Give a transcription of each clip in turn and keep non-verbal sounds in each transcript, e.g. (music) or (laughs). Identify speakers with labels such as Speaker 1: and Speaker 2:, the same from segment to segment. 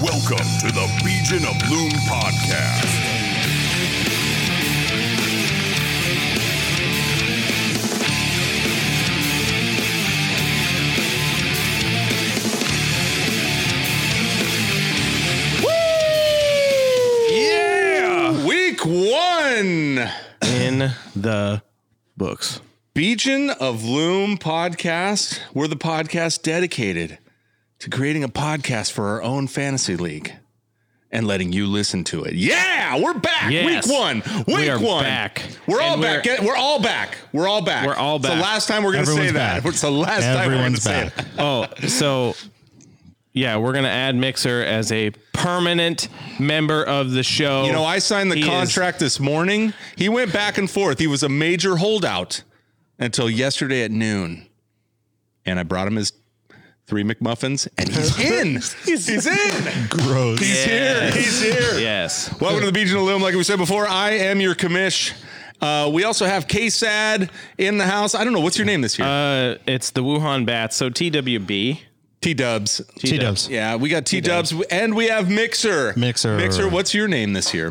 Speaker 1: Welcome to the Legion of Loom podcast.
Speaker 2: Yeah, week one,
Speaker 3: in the books.
Speaker 2: Beacon of Loom podcast. We're the podcast dedicated to creating a podcast for our own fantasy league and letting you listen to it. Yeah, we're back.
Speaker 3: Yes.
Speaker 2: Week one. Week
Speaker 3: We are
Speaker 2: one.
Speaker 3: back.
Speaker 2: We're all
Speaker 3: And we're-
Speaker 2: back. Get- We're all back. We're all back.
Speaker 3: We're all back.
Speaker 2: It's the last time we're going to say
Speaker 3: Everyone's
Speaker 2: that.
Speaker 3: back.
Speaker 2: It's the last time we're going to
Speaker 4: Everyone's
Speaker 2: say it.
Speaker 4: back.
Speaker 3: Oh, so yeah, we're gonna add Mixer as a permanent member of the show.
Speaker 2: You know, I signed the
Speaker 3: He is-
Speaker 2: contract this morning. He went back and forth. He was a major holdout until yesterday at noon. And I brought him his three McMuffins and (laughs) he's in. he's, in.
Speaker 4: Gross.
Speaker 2: He's here. He's here.
Speaker 3: yes.
Speaker 2: Welcome to the Beach and the Loom. Like we said before, I am your commish. Uh, we also have K Sad in the house. I don't know. What's your name this year?
Speaker 3: Uh, it's the Wuhan Bats. So TWB.
Speaker 2: T Dubs.
Speaker 4: T dubs.
Speaker 2: Yeah, we got T Dubs and we have Mixer.
Speaker 4: Mixer.
Speaker 2: Mixer, what's your name this year?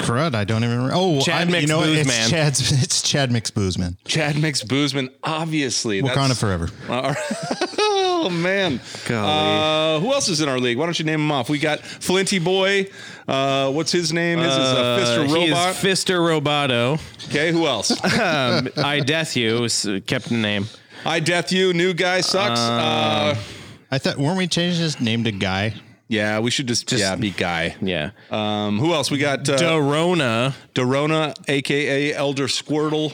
Speaker 4: Crud. I don't even remember. Oh,
Speaker 3: Chad
Speaker 4: I, you know, it's
Speaker 3: McBoozman.
Speaker 4: Chad's, (laughs) it's Chad McBoozman.
Speaker 2: Chad Mix Boozman, obviously.
Speaker 4: Wakanda
Speaker 2: That's-
Speaker 4: forever.
Speaker 2: oh man. Uh, who else is in our league? Why don't you name them off? We got Flinty Boy. Uh, what's his name? His is a
Speaker 3: Uh,
Speaker 2: Fister
Speaker 3: he is
Speaker 2: Robot.
Speaker 3: Fister Roboto.
Speaker 2: okay, who
Speaker 3: (laughs)
Speaker 2: else?
Speaker 3: Um, I death you is uh, kept the name.
Speaker 2: I Death You. New guy sucks. Uh,
Speaker 4: I thought, weren't we changing his name to Guy?
Speaker 2: yeah, we should just, yeah be guy.
Speaker 3: Yeah.
Speaker 2: Um, who else? We got uh,
Speaker 3: Dorona,
Speaker 2: Dorona, aka Elder Squirtle.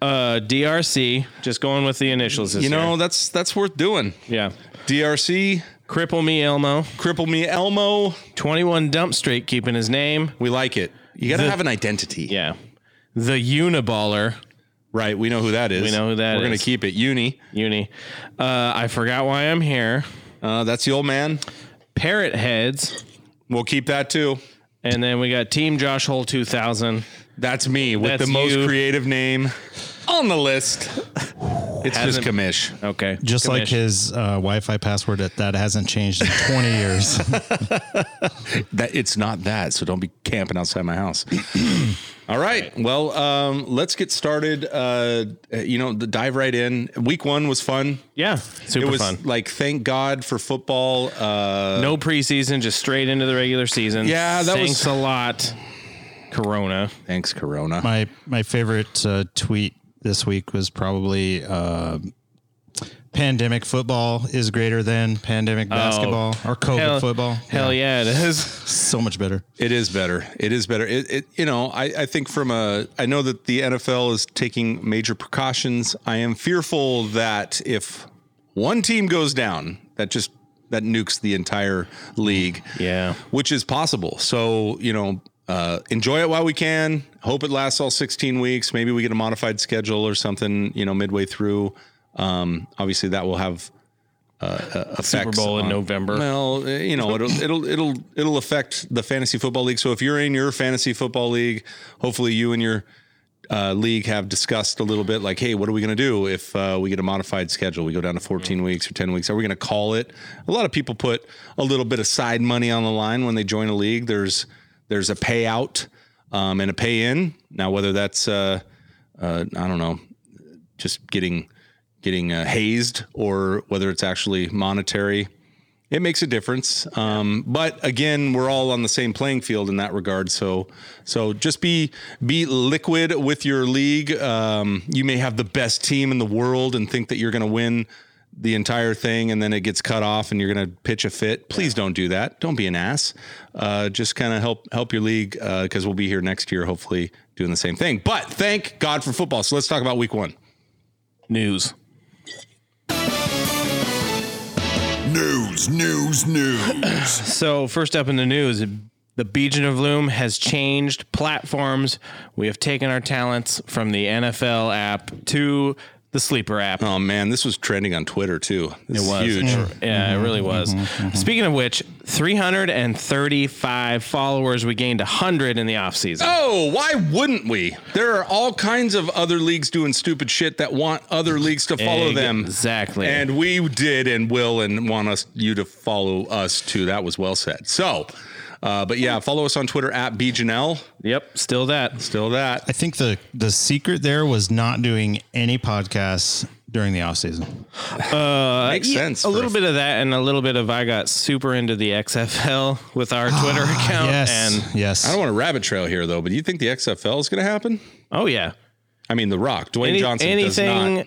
Speaker 3: uh, DRC. Just going with the initials. This
Speaker 2: You know
Speaker 3: year.
Speaker 2: that's that's worth doing.
Speaker 3: Yeah.
Speaker 2: DRC,
Speaker 3: Cripple me, Elmo.
Speaker 2: cripple me, Elmo.
Speaker 3: 21 Dump Street keeping his name.
Speaker 2: We like it. You got to
Speaker 3: The-
Speaker 2: have an identity.
Speaker 3: Yeah. The Uniballer
Speaker 2: Right. We know who that is.
Speaker 3: We know who that
Speaker 2: We're gonna
Speaker 3: is.
Speaker 2: keep it uni.
Speaker 3: uni. Uh, I forgot why I'm here.
Speaker 2: Uh, that's the old man.
Speaker 3: Parrot heads.
Speaker 2: We'll keep that too.
Speaker 3: And then we got Team Josh Hole 2000.
Speaker 2: That's me with
Speaker 3: That's
Speaker 2: the most
Speaker 3: you.
Speaker 2: creative name on the list. It's just
Speaker 3: Hasn't- Oh.
Speaker 2: commish.
Speaker 3: Okay.
Speaker 4: Just like
Speaker 3: Commission.
Speaker 4: his uh, Wi Fi password that, that hasn't changed in
Speaker 3: (laughs)
Speaker 4: 20 years.
Speaker 2: That it's not that, so don't be camping outside my house. (clears throat) All right. Well, um, let's get started. Uh, uh, you know, the dive right in. Week one was fun.
Speaker 3: Yeah. Super
Speaker 2: it was
Speaker 3: fun.
Speaker 2: like thank God for football. Uh,
Speaker 3: No preseason, just straight into the regular season.
Speaker 2: Yeah, that was-
Speaker 3: Thanks a lot. Corona.
Speaker 2: thanks, Corona.
Speaker 4: my, my favorite uh, tweet this week was probably uh, pandemic football is greater than pandemic basketball or COVID
Speaker 3: Oh, Hell,
Speaker 4: football.
Speaker 3: Hell yeah, it is.
Speaker 4: So much better.
Speaker 2: It is better. It is better. It, it you know, I, I think from a I know that the NFL is taking major precautions. I am fearful that if one team goes down, that just that nukes the entire league.
Speaker 3: Yeah.
Speaker 2: Which is possible. So, you know, uh, enjoy it while we can. Hope it lasts all 16 weeks. Maybe we get a modified schedule or something, you know, midway through. Um, obviously that will have uh,
Speaker 3: Super
Speaker 2: effects
Speaker 3: Bowl in
Speaker 2: on-
Speaker 3: November.
Speaker 2: Well, uh, you know, it'll it'll it'll it'll affect the fantasy football league. So if you're in your fantasy football league, hopefully you and your uh, league have discussed a little bit, like, hey, what are we going to do if uh, we get a modified schedule? We go down to 14 weeks or 10 weeks. Are we going to call it? A lot of people put a little bit of side money on the line when they join a league. There's there's a payout um, and a pay in. Now whether that's uh, uh, I don't know, just getting getting uh, hazed or whether it's actually monetary. It makes a difference, um, but again, we're all on the same playing field in that regard. So, so just be be liquid with your league. Um, you may have the best team in the world and think that you're going to win the entire thing, and then it gets cut off, and you're going to pitch a fit. Please don't do that. Don't be an ass. Uh, just kind of help help your league because we'll be here next year, hopefully doing the same thing. But thank God for football. So let's talk about Week One.
Speaker 3: News.
Speaker 1: News, news, news.
Speaker 3: So first up in the news, the Legion of Loom has changed platforms. We have taken our talents from the NFL app to the sleeper app.
Speaker 2: Oh man, this was trending on Twitter too. This
Speaker 3: It was.
Speaker 2: is huge.
Speaker 3: Yeah, it really was. Speaking of which, 335 followers. We gained 100 in the offseason.
Speaker 2: Oh, why wouldn't we? There are all kinds of other leagues doing stupid shit that want other leagues to follow them.
Speaker 3: Exactly.
Speaker 2: And we did and will and want us you to follow us too. That was well said. So, uh, but yeah, follow us on Twitter at bjanel.
Speaker 3: Yep, still that.
Speaker 2: Still that.
Speaker 4: I think the the secret there was not doing any podcasts during the off season.
Speaker 2: Makes sense. for
Speaker 3: Uh, A little bit of that and a little bit of I got super into the XFL with our Twitter account.
Speaker 4: yes,
Speaker 3: And
Speaker 4: yes.
Speaker 2: I don't want a rabbit trail here though, but do you think the XFL is going to happen?
Speaker 3: oh, yeah.
Speaker 2: I mean, The Rock, Dwayne
Speaker 3: Any-
Speaker 2: Johnson does
Speaker 3: anything
Speaker 2: not.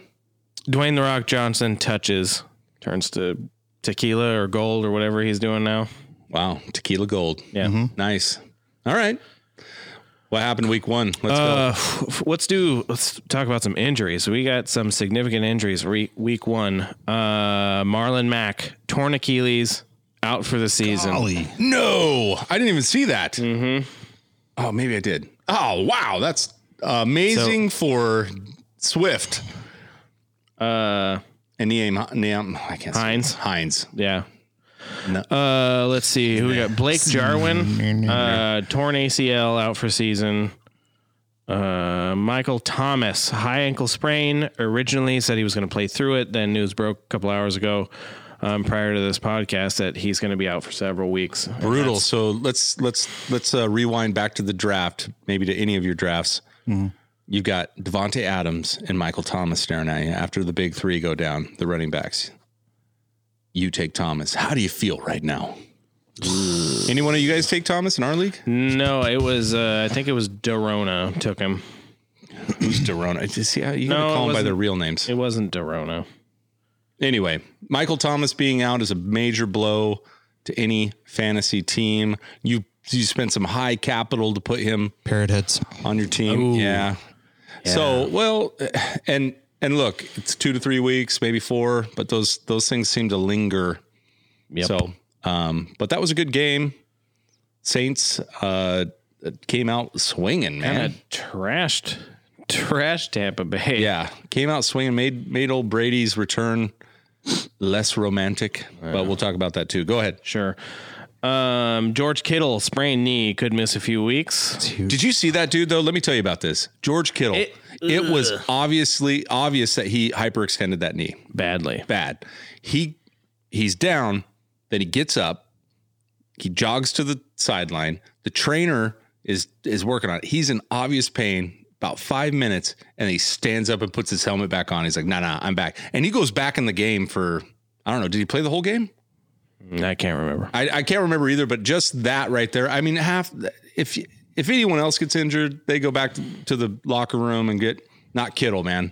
Speaker 3: Dwayne The Rock Johnson touches turns to tequila or gold or whatever he's doing now.
Speaker 2: Wow, tequila gold.
Speaker 3: Yeah.
Speaker 2: Nice. All right. What happened week one? Let's
Speaker 3: Uh, f- let's do. Let's talk about some injuries. We got some significant injuries. Re- week one, uh, Marlon Mack torn Achilles, out for the season.
Speaker 4: Golly.
Speaker 2: go. No, I didn't even see that. Mm-hmm. Oh, maybe I did. Oh, wow. That's amazing for Swift.
Speaker 3: Uh,
Speaker 2: And Niam, Niam, I can't say-
Speaker 3: Hines.
Speaker 2: Hines.
Speaker 3: yeah.
Speaker 2: No.
Speaker 3: Uh, let's see who we got. Blake Jarwin, uh, torn ACL, out for season. Uh, Michael Thomas, high ankle sprain. Originally said he was going to play through it. Then news broke a couple hours ago, um, prior to this podcast, that he's going to be out for several weeks.
Speaker 2: brutal. So let's let's let's uh, rewind back to the draft, maybe to any of your drafts. You've got Devonte Adams and Michael Thomas staring at you after the big three go down, the running backs. You take Thomas. How do you feel right now? Any one of you guys take Thomas in our league?
Speaker 3: No, it was. Uh, I think it was Dorona took him.
Speaker 2: Who's Derona? Just see how you gotta
Speaker 3: No, it
Speaker 2: call them by
Speaker 3: wasn't-
Speaker 2: their real names.
Speaker 3: It wasn't Dorona.
Speaker 2: Anyway, Michael Thomas being out is a major blow to any fantasy team. You you spent some high capital to put him
Speaker 4: Parrot heads.
Speaker 2: on your team. Yeah. So well, and and look, it's two to three weeks, maybe four, but those those things seem to linger.
Speaker 3: Yep.
Speaker 2: So, um, but that was a good game. Saints uh, came out swinging, man.
Speaker 3: Kind of trashed, trashed Tampa Bay.
Speaker 2: Yeah, came out swinging, made made old Brady's return less romantic, but we'll talk about that too. Go ahead.
Speaker 3: sure. Um, George Kittle sprained knee, could miss a few weeks.
Speaker 2: Did you see that dude though? Let me tell you about this. George Kittle. It,
Speaker 3: It-
Speaker 2: was obviously obvious that he hyperextended that knee.
Speaker 3: Badly.
Speaker 2: Bad. He he's down, then he gets up, he jogs to the sideline. The trainer is is working on it. He's in obvious pain. About five minutes, and he stands up and puts his helmet back on. He's like, "Nah, nah, I'm back." And he goes back in the game for I don't know. Did he play the whole game?
Speaker 3: I can't remember.
Speaker 2: I, I can't remember either, but just that right there. I mean, half if if anyone else gets injured, they go back to the locker room and get not Kittle, man.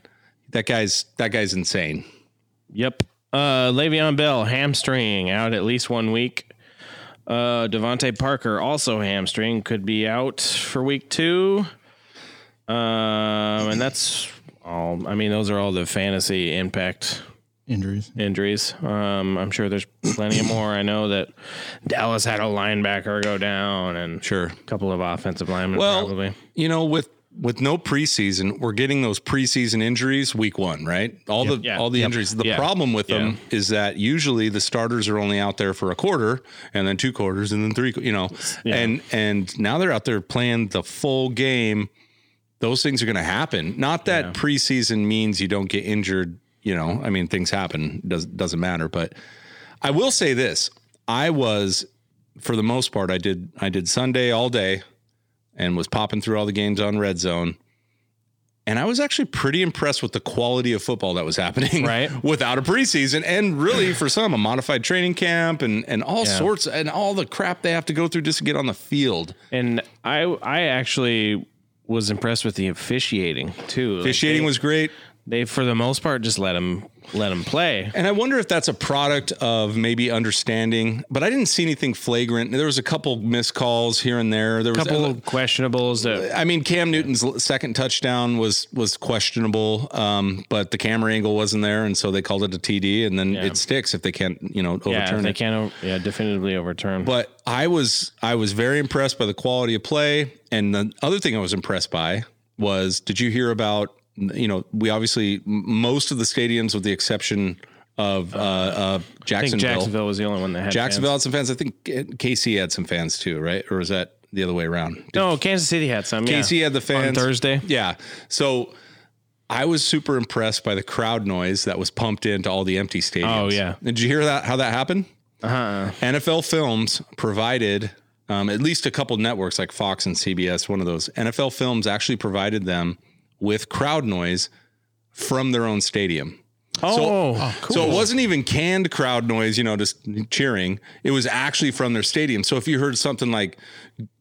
Speaker 2: That guy's that guy's insane.
Speaker 3: Yep. Uh, Le'Veon Bell, hamstring, out at least one week. Uh, Devontae Parker, also hamstring, could be out for week two. Um, and that's all. I mean, those are all the fantasy impact
Speaker 4: Injuries.
Speaker 3: injuries. Um, I'm sure there's plenty more. I know that Dallas had a linebacker go down and
Speaker 2: Sure.
Speaker 3: a couple of offensive linemen
Speaker 2: Well,
Speaker 3: probably.
Speaker 2: you know, with with no preseason, we're getting those preseason injuries week one, right? All the
Speaker 3: Yeah.
Speaker 2: all the
Speaker 3: Yep.
Speaker 2: injuries. The
Speaker 3: Yeah.
Speaker 2: problem with them is that usually the starters are only out there for a quarter, and then two quarters, and then three. qu- You know, and and now they're out there playing the full game. Those things are going to happen. Not that preseason means you don't get injured. You know, I mean, things happen. Does doesn't matter. But I will say this: I was, for the most part, I did I did Sunday all day and was popping through all the games on Red Zone. And I was actually pretty impressed with the quality of football that was happening (laughs)
Speaker 3: Right.
Speaker 2: without a preseason and really for some a modified training camp and and all sorts and all the crap they have to go through just to get on the field.
Speaker 3: And I I actually was impressed with the officiating too. Like,
Speaker 2: Officiating
Speaker 3: they-
Speaker 2: was great.
Speaker 3: they for the most part just let him let him play.
Speaker 2: And I wonder if that's a product of maybe understanding, but I didn't see anything flagrant. There was a couple missed calls here and there. There was
Speaker 3: couple of questionables that
Speaker 2: I mean, Cam Newton's l- second touchdown was was questionable, um, but the camera angle wasn't there, and so they called it a TD, and then it sticks if they can't, you know, overturn
Speaker 3: yeah, if
Speaker 2: it.
Speaker 3: they can't o- yeah definitively overturn.
Speaker 2: But I was I was very impressed by the quality of play, and the other thing I was impressed by was did you hear about you know, we obviously m- most of the stadiums, with the exception of uh, uh,
Speaker 3: I
Speaker 2: Jacksonville,
Speaker 3: think
Speaker 2: Jacksonville,
Speaker 3: Jacksonville was the only one that had
Speaker 2: had some fans. I think KC had some fans too, right? Or is that the other way around? Did
Speaker 3: Fans. No, Kansas City had some. Yeah.
Speaker 2: KC had the fans
Speaker 3: on Thursday.
Speaker 2: Yeah, so I was super impressed by the crowd noise that was pumped into all the empty stadiums.
Speaker 3: Oh, yeah.
Speaker 2: did you hear that? How that happened?
Speaker 3: Uh-huh.
Speaker 2: NFL Films provided um, at least a couple networks like Fox and CBS, one of those. NFL Films actually provided them with crowd noise from their own stadium.
Speaker 3: Oh,
Speaker 2: So it wasn't even canned crowd noise, you know, just cheering. It was actually from their stadium. So if you heard something like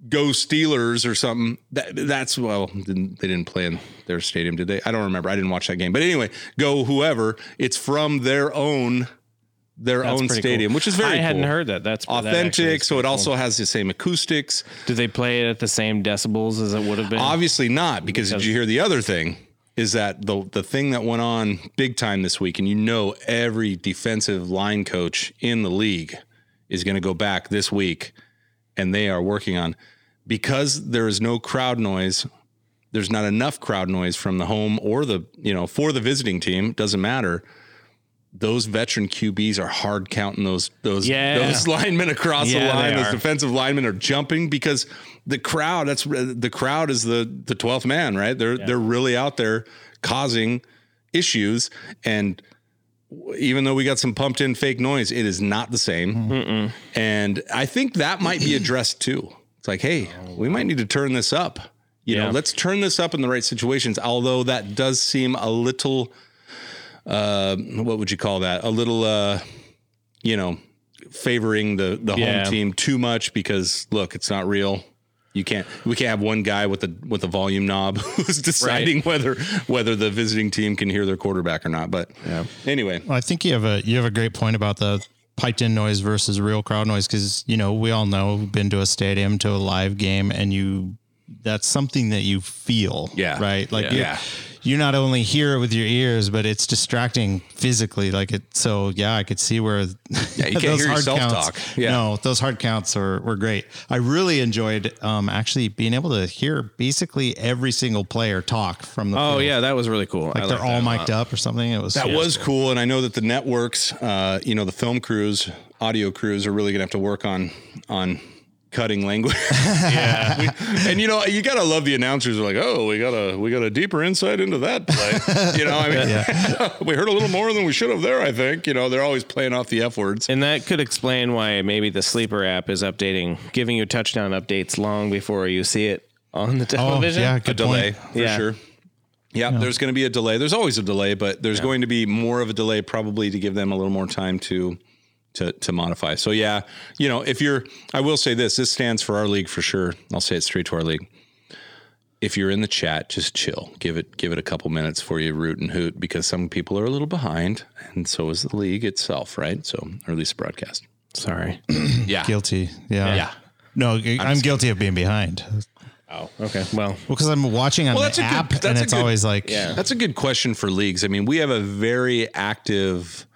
Speaker 2: "Go Steelers" or something, that that's well, didn't, they didn't play in their stadium, did they? I don't remember. I didn't watch that game. But anyway, go whoever. It's from their own their
Speaker 3: That's
Speaker 2: own
Speaker 3: pretty
Speaker 2: stadium,
Speaker 3: cool.
Speaker 2: which is very
Speaker 3: I hadn't
Speaker 2: cool
Speaker 3: heard that. That's that actually
Speaker 2: authentic.
Speaker 3: is
Speaker 2: so it
Speaker 3: pretty
Speaker 2: also has the same acoustics.
Speaker 3: cool. Did they play it at the same decibels as it would have been?
Speaker 2: Obviously not, because, did
Speaker 3: Because-
Speaker 2: you hear the other thing? Is that the the thing that went on big time this week? And you know every defensive line coach in the league is going to go back this week, and they are working on because there is no crowd noise. There's not enough crowd noise from the home or the you know for the visiting team. Doesn't matter. Those veteran QBs are hard counting those those
Speaker 3: Yeah.
Speaker 2: those (laughs) linemen across
Speaker 3: Yeah,
Speaker 2: the line.
Speaker 3: they
Speaker 2: Those
Speaker 3: are.
Speaker 2: defensive linemen are jumping because the crowd that's the crowd is the the 12th man right they're they're really out there causing issues and even though we got some pumped in fake noise it is not the same and i think that might be addressed too it's like hey we might need to turn this up you know
Speaker 3: Yeah.
Speaker 2: let's turn this up in the right situations although that does seem a little uh what would you call that a little uh you know favoring the the
Speaker 3: Yeah.
Speaker 2: home team too much because look, it's not real. You can't we can't have one guy with a with a volume knob (laughs) who's deciding whether whether the visiting team can hear their quarterback or not. But anyway,
Speaker 4: Well, I think you have a you have a great point about the piped in noise versus real crowd noise because you know we all know we've been to a stadium to a live game and you that's something that you feel
Speaker 2: Yeah.
Speaker 4: right like
Speaker 2: Yeah.
Speaker 4: you-
Speaker 2: Yeah.
Speaker 4: you not only hear it with your ears but it's distracting physically like it so yeah I could see where yeah (laughs)
Speaker 2: you can't hear yourself talk. Yeah.
Speaker 4: no those hard counts are were great I really enjoyed um actually being able to hear basically every single player talk from the
Speaker 3: Oh
Speaker 4: field.
Speaker 3: yeah, that was really cool. I
Speaker 4: like they're
Speaker 3: liked
Speaker 4: all
Speaker 3: that.
Speaker 4: mic'd up or something it was
Speaker 2: that was cool. And I know that the networks, uh, you know, the film crews, audio crews are really gonna have to work on on cutting language. yeah. (laughs) and you know, you gotta love the announcers are like, oh, we got a we got a deeper insight into that play. you know, I mean (laughs) we heard a little more than we should have there, I think. You know, they're always playing off the F words.
Speaker 3: And that could explain why maybe the sleeper app is updating, giving you touchdown updates long before you see it on the
Speaker 4: Oh,
Speaker 3: television.
Speaker 4: yeah,
Speaker 2: a
Speaker 4: good
Speaker 2: delay
Speaker 4: point.
Speaker 2: for
Speaker 3: Yeah.
Speaker 2: sure. Yeah, there's going to be a delay. There's always a delay, but there's going to be more of a delay probably to give them a little more time to to to modify. So yeah, you know, if you're I will say this, this stands for our league for sure. I'll say it straight to our league. If you're in the chat, just chill. Give it give it a couple minutes for you root and hoot because some people are a little behind and so is the league itself, right? So, or at least the broadcast.
Speaker 3: Sorry.
Speaker 2: Yeah.
Speaker 4: Guilty. Yeah. No, I'm, guilty of being behind. Well,
Speaker 3: Oh, okay. Well,
Speaker 4: because I'm watching on
Speaker 2: Well,
Speaker 4: the
Speaker 2: that's a good-
Speaker 4: app
Speaker 2: that's
Speaker 4: and
Speaker 2: a
Speaker 4: it's
Speaker 2: good-
Speaker 4: always like,
Speaker 2: That's a good question for leagues. I mean, we have a very active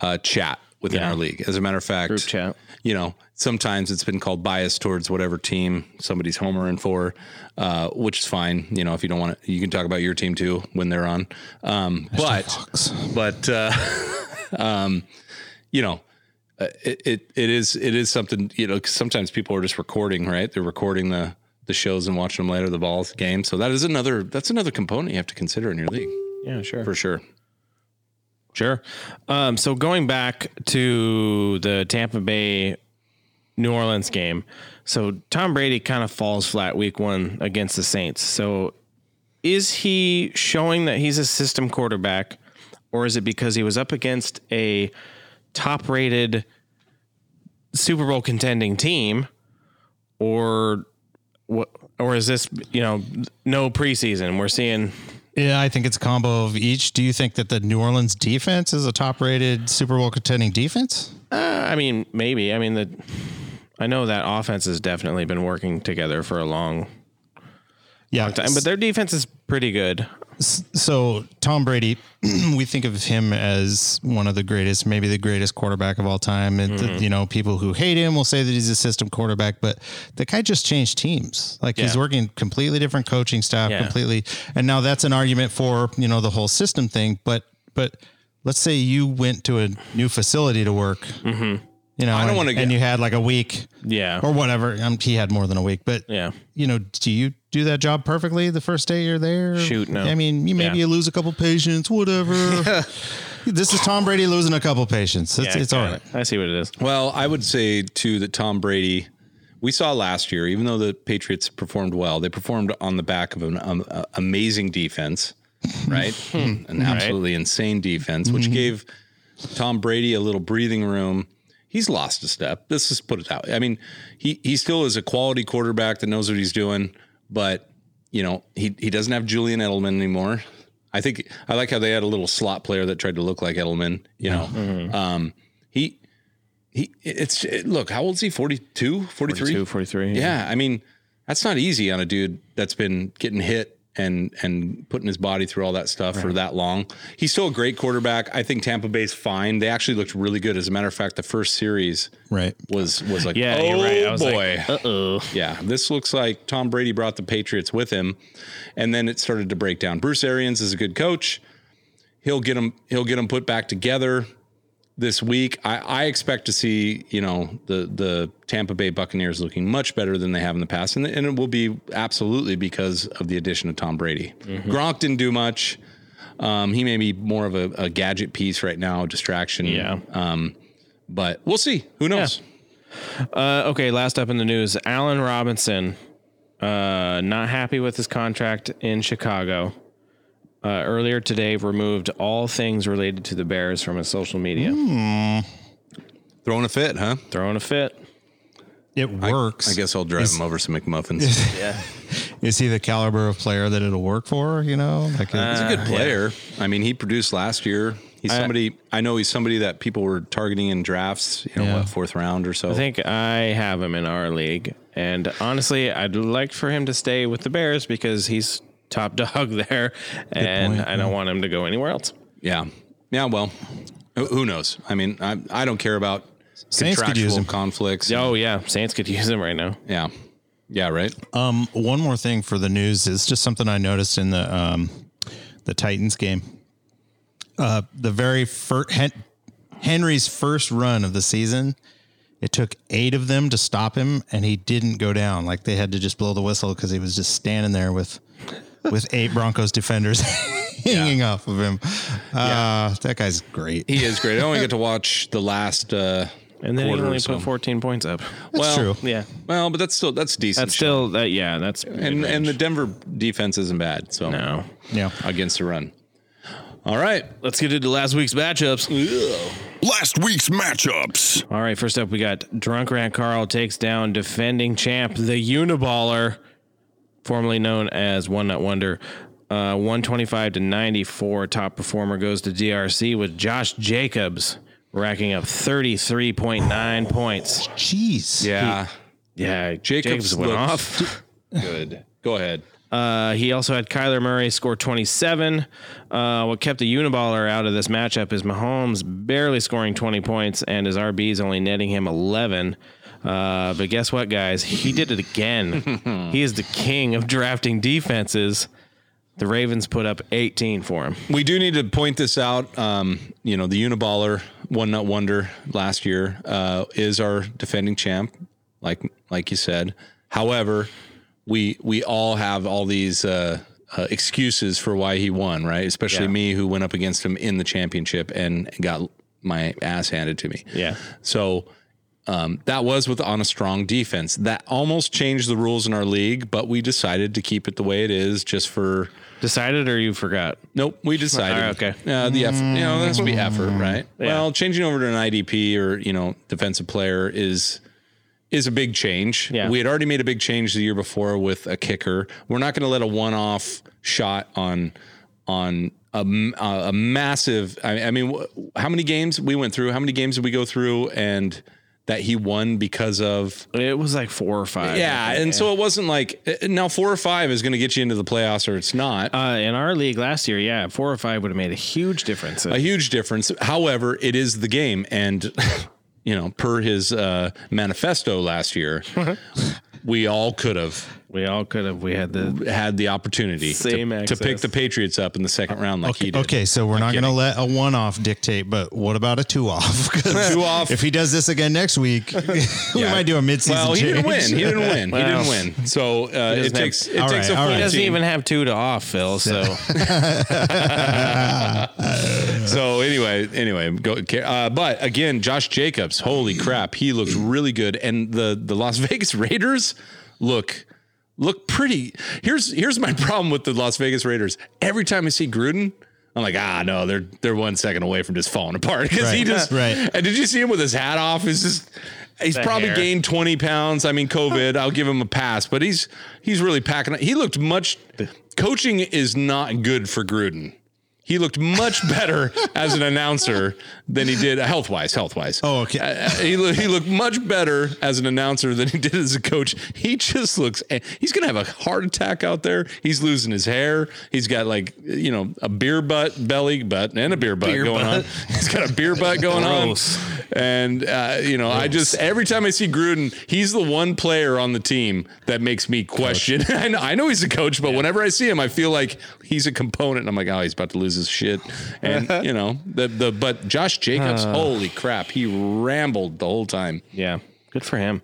Speaker 2: uh, chat within
Speaker 3: Yeah.
Speaker 2: our league. As a matter of fact,
Speaker 3: group chat.
Speaker 2: you know, sometimes it's been called bias towards whatever team somebody's homering for, uh, which is fine. You know, if you don't want to, you can talk about your team too when they're on. Um, but, but, uh, (laughs) um, you know, uh, it, it, it is, it is something, you know, 'cause sometimes people are just recording, right? They're recording the, the shows and watching them later, the balls game. So that is another, that's another component you have to consider in your league
Speaker 3: Yeah, sure.
Speaker 2: for sure.
Speaker 3: Sure. Um, so going back to the Tampa Bay New Orleans game, so Tom Brady kind of falls flat week one against the Saints. So is he showing that he's a system quarterback, or is it because he was up against a top rated Super Bowl contending team, or what? Or is this you know no preseason? We're seeing
Speaker 4: yeah, I think it's a combo of each. Do you think that the New Orleans defense is a top rated Super Bowl contending defense?
Speaker 3: I mean, maybe. I mean, the I know that offense has definitely been working together for a long
Speaker 4: Yeah.
Speaker 3: time, but their defense is pretty good.
Speaker 4: S- So Tom Brady, (clears throat) we think of him as one of the greatest, maybe the greatest quarterback of all time. And th- you know, people who hate him will say that he's a system quarterback, but the guy just changed teams. Like he's
Speaker 3: Yeah.
Speaker 4: working completely different coaching staff,
Speaker 3: Yeah.
Speaker 4: completely. And now that's an argument for you know the whole system thing. But but let's say you went to a new facility to work. You know, I
Speaker 2: don't wanna
Speaker 4: don't want to
Speaker 2: get-
Speaker 4: and you had like a week
Speaker 3: Yeah.
Speaker 4: or whatever. Um, he had more than a week, but
Speaker 3: yeah.
Speaker 4: you know, do you do that job perfectly the first day you're there?
Speaker 3: Shoot, no.
Speaker 4: I mean, you maybe
Speaker 3: Yeah.
Speaker 4: you lose a couple
Speaker 3: (laughs)
Speaker 4: patients, whatever. This is Tom Brady losing a couple patients. It's,
Speaker 3: Yeah,
Speaker 4: it's
Speaker 3: I
Speaker 4: all
Speaker 3: got
Speaker 4: right.
Speaker 3: it. I see what it is.
Speaker 2: Well, I would say too that Tom Brady, we saw last year, even though the Patriots performed well, they performed on the back of an um, uh, amazing defense, right? an absolutely insane defense, which gave Tom Brady a little breathing room. He's lost a step. Let's just put it that way. I mean, he he still is a quality quarterback that knows what he's doing, but you know he he doesn't have Julian Edelman anymore. I think I like how they had a little slot player that tried to look like Edelman. You know, um, he he it's it, look how old is he 42 43
Speaker 3: 42, 43.
Speaker 2: yeah i mean that's not easy on a dude that's been getting hit and and putting his body through all that stuff for that long he's still a great quarterback i think tampa bay's fine they actually looked really good as a matter of fact the first series
Speaker 4: Right.
Speaker 2: was was like
Speaker 3: Yeah,
Speaker 2: oh
Speaker 3: you're right. I was like,
Speaker 2: boy
Speaker 3: Uh-oh.
Speaker 2: yeah, this looks like Tom Brady brought the Patriots with him, and then it started to break down. Bruce Arians is a good coach. He'll get him. He'll get him put back together this week. I, I expect to see you know the the Tampa Bay Buccaneers looking much better than they have in the past, and, and it will be absolutely because of the addition of Tom Brady. Gronk didn't do much. Um, he may be more of a, a gadget piece right now, distraction.
Speaker 3: Yeah.
Speaker 2: Um, but we'll see. Who knows?
Speaker 3: Uh, okay, last up in the news, Allen Robinson, uh, not happy with his contract in Chicago. Uh, earlier today, removed all things related to the Bears from his social media.
Speaker 4: Hmm.
Speaker 2: Throwing a fit, huh?
Speaker 3: Throwing a fit.
Speaker 4: It works.
Speaker 2: I guess I'll drive him over some McMuffins. (laughs)
Speaker 4: Is he the caliber of player that it'll work for? You know, like
Speaker 2: He's
Speaker 3: Uh,
Speaker 2: a good player. I mean, he produced last year. He's somebody I know. He's somebody that people were targeting in drafts. You know,
Speaker 4: Yeah.
Speaker 2: what fourth round or so.
Speaker 3: I think I have him in our league, and honestly, I'd like for him to stay with the Bears because he's top (laughs) dog there, and
Speaker 4: point,
Speaker 3: I don't want him to go anywhere else.
Speaker 2: yeah, yeah. Well, who, who knows? I mean, I I don't care about
Speaker 4: Saints could use
Speaker 2: contractual
Speaker 4: him.
Speaker 2: conflicts.
Speaker 3: Oh yeah, Saints could (laughs) use him right now.
Speaker 2: Yeah, yeah. Right.
Speaker 4: Um, one more thing for the news is just something I noticed in the um, the Titans game. Uh, the very first Hen- Henry's first run of the season, it took eight of them to stop him, and he didn't go down. Like they had to just blow the whistle because he was just standing there with with eight Broncos defenders (laughs) hanging off of him. Uh, That guy's great.
Speaker 2: He is great. I only get to watch the last. Uh,
Speaker 3: And then
Speaker 2: quarter or
Speaker 3: he only
Speaker 2: so.
Speaker 3: put 14 points up.
Speaker 4: That's
Speaker 2: well,
Speaker 4: true.
Speaker 3: Yeah,
Speaker 2: Well, but that's still that's decent.
Speaker 3: that's still that. Yeah, that's
Speaker 2: and and the Denver defense isn't bad. So
Speaker 3: no.
Speaker 4: Yeah.
Speaker 2: against the run. All right.
Speaker 3: Let's get into last week's matchups.
Speaker 1: Last week's matchups.
Speaker 3: All right, first up, we got Drunk Rat Carl takes down defending champ, the Uniballer, formerly known as One Nut Wonder. Uh, 125 to 94, top performer goes to DRC with Josh Jacobs racking up 33.9 points.
Speaker 4: Jeez.
Speaker 2: Yeah.
Speaker 3: Yeah, Jacobs, went
Speaker 2: looked
Speaker 3: off.
Speaker 2: Good. Go ahead.
Speaker 3: Uh, he also had Kyler Murray score 27. Uh, what kept the Uniballer out of this matchup is Mahomes barely scoring 20 points and his RBs only netting him 11. Uh, but guess what, guys? He did it (laughs) again. he is the king of drafting defenses. The Ravens put up 18 for him.
Speaker 2: We do need to point this out. Um, you know, the Uniballer, one nut wonder last year, uh, is our defending champ, like like you said. However, we we all have all these uh, uh, excuses for why he won, right? Especially
Speaker 3: Yeah.
Speaker 2: me, who went up against him in the championship and got my ass handed to me.
Speaker 3: Yeah.
Speaker 2: So um, that was with on a strong defense. That almost changed the rules in our league, but we decided to keep it the way it is, just for
Speaker 3: Decided or you forgot?
Speaker 2: Nope, we decided.
Speaker 3: All right, okay.
Speaker 2: Uh, the effort, you know, that's be effort, right? Well, changing over to an IDP or you know defensive player is is a big change.
Speaker 3: Yeah.
Speaker 2: We had already made a big change the year before with a kicker. We're not going to let a one off shot on on a, m- a massive. I, I mean, wh- how many games we went through? How many games did we go through? And that he won because of
Speaker 3: It was like four or five.
Speaker 2: yeah, and so it wasn't like eh, now four or five is going to get you into the playoffs or it's not
Speaker 3: Uh, in our league last year, yeah, four or five would have made a huge difference.
Speaker 2: a huge difference. However, it is the game, and (laughs) you know, per his uh, manifesto last
Speaker 3: (laughs)
Speaker 2: year, we all could have
Speaker 3: we all could have. We had the
Speaker 2: had the opportunity
Speaker 3: Same
Speaker 2: to, to
Speaker 3: access.
Speaker 2: pick the Patriots up in the second round like he did.
Speaker 4: Okay, so we're not going to let a one off dictate, but what about a two (laughs) off?
Speaker 2: Two off.
Speaker 4: If he does this again next week, (laughs) we
Speaker 2: Yeah.
Speaker 4: might do a midseason
Speaker 2: Well, he didn't win.
Speaker 4: change.
Speaker 2: He didn't win. He
Speaker 3: Well,
Speaker 2: didn't win. So uh, it
Speaker 3: doesn't have-
Speaker 2: takes it
Speaker 4: All
Speaker 2: takes
Speaker 4: right, all
Speaker 2: a
Speaker 4: right.
Speaker 2: full
Speaker 3: He doesn't
Speaker 2: team.
Speaker 3: even have two to off, Phil. (laughs) So
Speaker 2: (laughs) so anyway, anyway, go. Uh, but again, Josh Jacobs, holy crap, he looks really good, and the the Las (laughs) Vegas Raiders look look pretty. Here's here's my (laughs) problem with the Las Vegas Raiders. Every time I see Gruden. I'm like, ah, no, they're they're one second away from just falling apart (laughs) because he
Speaker 4: Right,
Speaker 2: just
Speaker 4: (laughs) right.
Speaker 2: And did you see him with his hat off? He's just he's
Speaker 3: The
Speaker 2: probably
Speaker 3: hair.
Speaker 2: gained 20 pounds. I mean, COVID, I'll give him a pass, but he's he's really packing. He looked much. Coaching is not good for Gruden. He looked much better (laughs) as an announcer than he did health wise. Health wise.
Speaker 4: Oh, okay.
Speaker 2: uh, he, loo- he looked much better as an announcer than he did as a coach. He just looks. eh, He's gonna have a heart attack out there. He's losing his hair. He's got like you know a beer butt belly butt and a beer butt
Speaker 3: Beer
Speaker 2: going on.
Speaker 3: butt.
Speaker 2: (laughs) He's got a beer butt going on.
Speaker 3: Gross.
Speaker 2: And uh, you know, I just every time I see Gruden, he's the one player on the team that makes me question. (laughs) I know, I know he's a coach, but whenever I see him, I feel like he's a component. And I'm like, oh, he's about to lose his shit. And you know, the the but Josh Jacobs, holy crap, he rambled the whole time.
Speaker 3: yeah, good for him.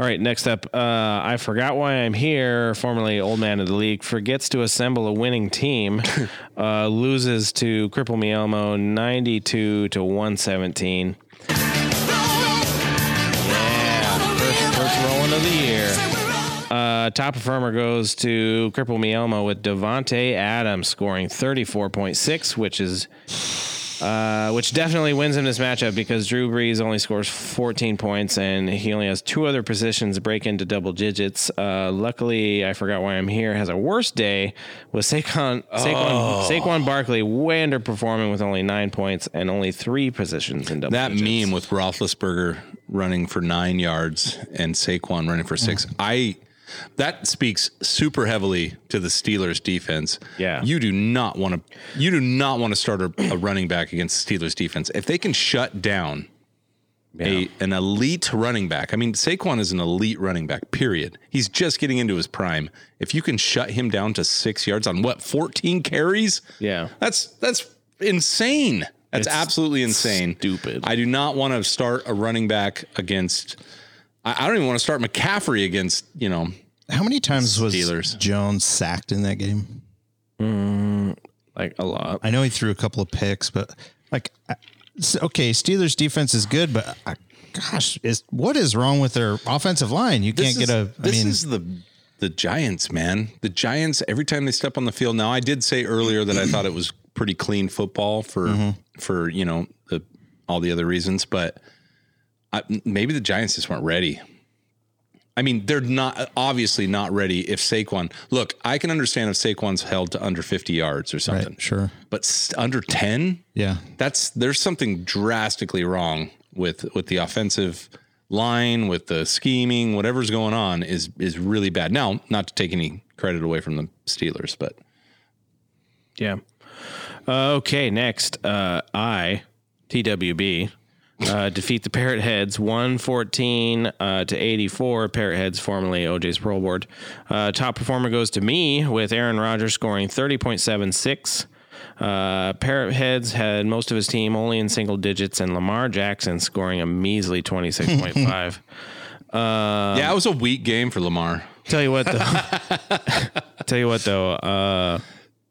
Speaker 3: All right, next up, uh, I forgot why I'm here. Formerly old man of the league forgets to assemble a winning team, uh, loses to Cripple Me Elmo 92 to 117. First rolling of the year. Uh, top performer goes to Cripple Me Elmo with Devonte Adams scoring 34.6, which is uh, which definitely wins him this matchup because Drew Brees only scores 14 points and he only has two other positions to break into double digits. Uh, luckily, I forgot why I'm here. Has a worse day with Saquon
Speaker 2: Oh.
Speaker 3: Saquon Saquon Barkley way underperforming with only nine points and only three positions in double.
Speaker 2: That
Speaker 3: digits.
Speaker 2: meme with Roethlisberger running for nine yards and Saquon running for six.
Speaker 3: Mm-hmm.
Speaker 2: I that speaks super heavily to the Steelers defense.
Speaker 3: Yeah.
Speaker 2: you do not want to. You do not want to start a, a running back against the Steelers defense if they can shut down a an elite running back. I mean, Saquon is an elite running back. Period. He's just getting into his prime. If you can shut him down to six yards on what fourteen carries,
Speaker 3: Yeah.
Speaker 2: that's that's insane. That's
Speaker 3: It's
Speaker 2: absolutely insane.
Speaker 3: stupid.
Speaker 2: I do not want to start a running back against. I, I don't even want to start McCaffrey against. You know,
Speaker 4: (laughs) How many times was
Speaker 2: Steelers.
Speaker 4: Jones sacked in that game?
Speaker 3: like a lot.
Speaker 4: I know he threw a couple of picks, but like, I- s- okay, Steelers defense is good, but I, gosh, is what is wrong with their offensive line? You can't
Speaker 2: is,
Speaker 4: get a. I
Speaker 2: this
Speaker 4: mean,
Speaker 2: is the the Giants, man. The Giants. Every time they step on the field. Now, I did say earlier that I thought it was pretty clean football for
Speaker 4: Mm-hmm.
Speaker 2: for you know the, all the other reasons, but I, maybe the Giants just weren't ready. I mean, they're not obviously not ready. If Saquon, look, I can understand if Saquon's held to under fifty yards or something,
Speaker 4: right, sure,
Speaker 2: but s- under ten,
Speaker 4: yeah,
Speaker 2: that's there's something drastically wrong with with the offensive line with the scheming whatever's going on is is really bad now not to take any credit away from the steelers but
Speaker 3: Yeah. Uh, okay, next, uh, I, TWB, uh, defeat the Parrot Heads 114 uh, to 84. Parrot Heads, formerly OJ's Pro Board. Uh, top performer goes to me with Aaron Rodgers scoring 30.76. Uh, Parrot Heads had most of his team only in single digits, and Lamar Jackson scoring a measly 26.5.
Speaker 2: yeah it was a weak game for lamar
Speaker 3: Tell you what, though. (laughs) tell you what, though. Uh,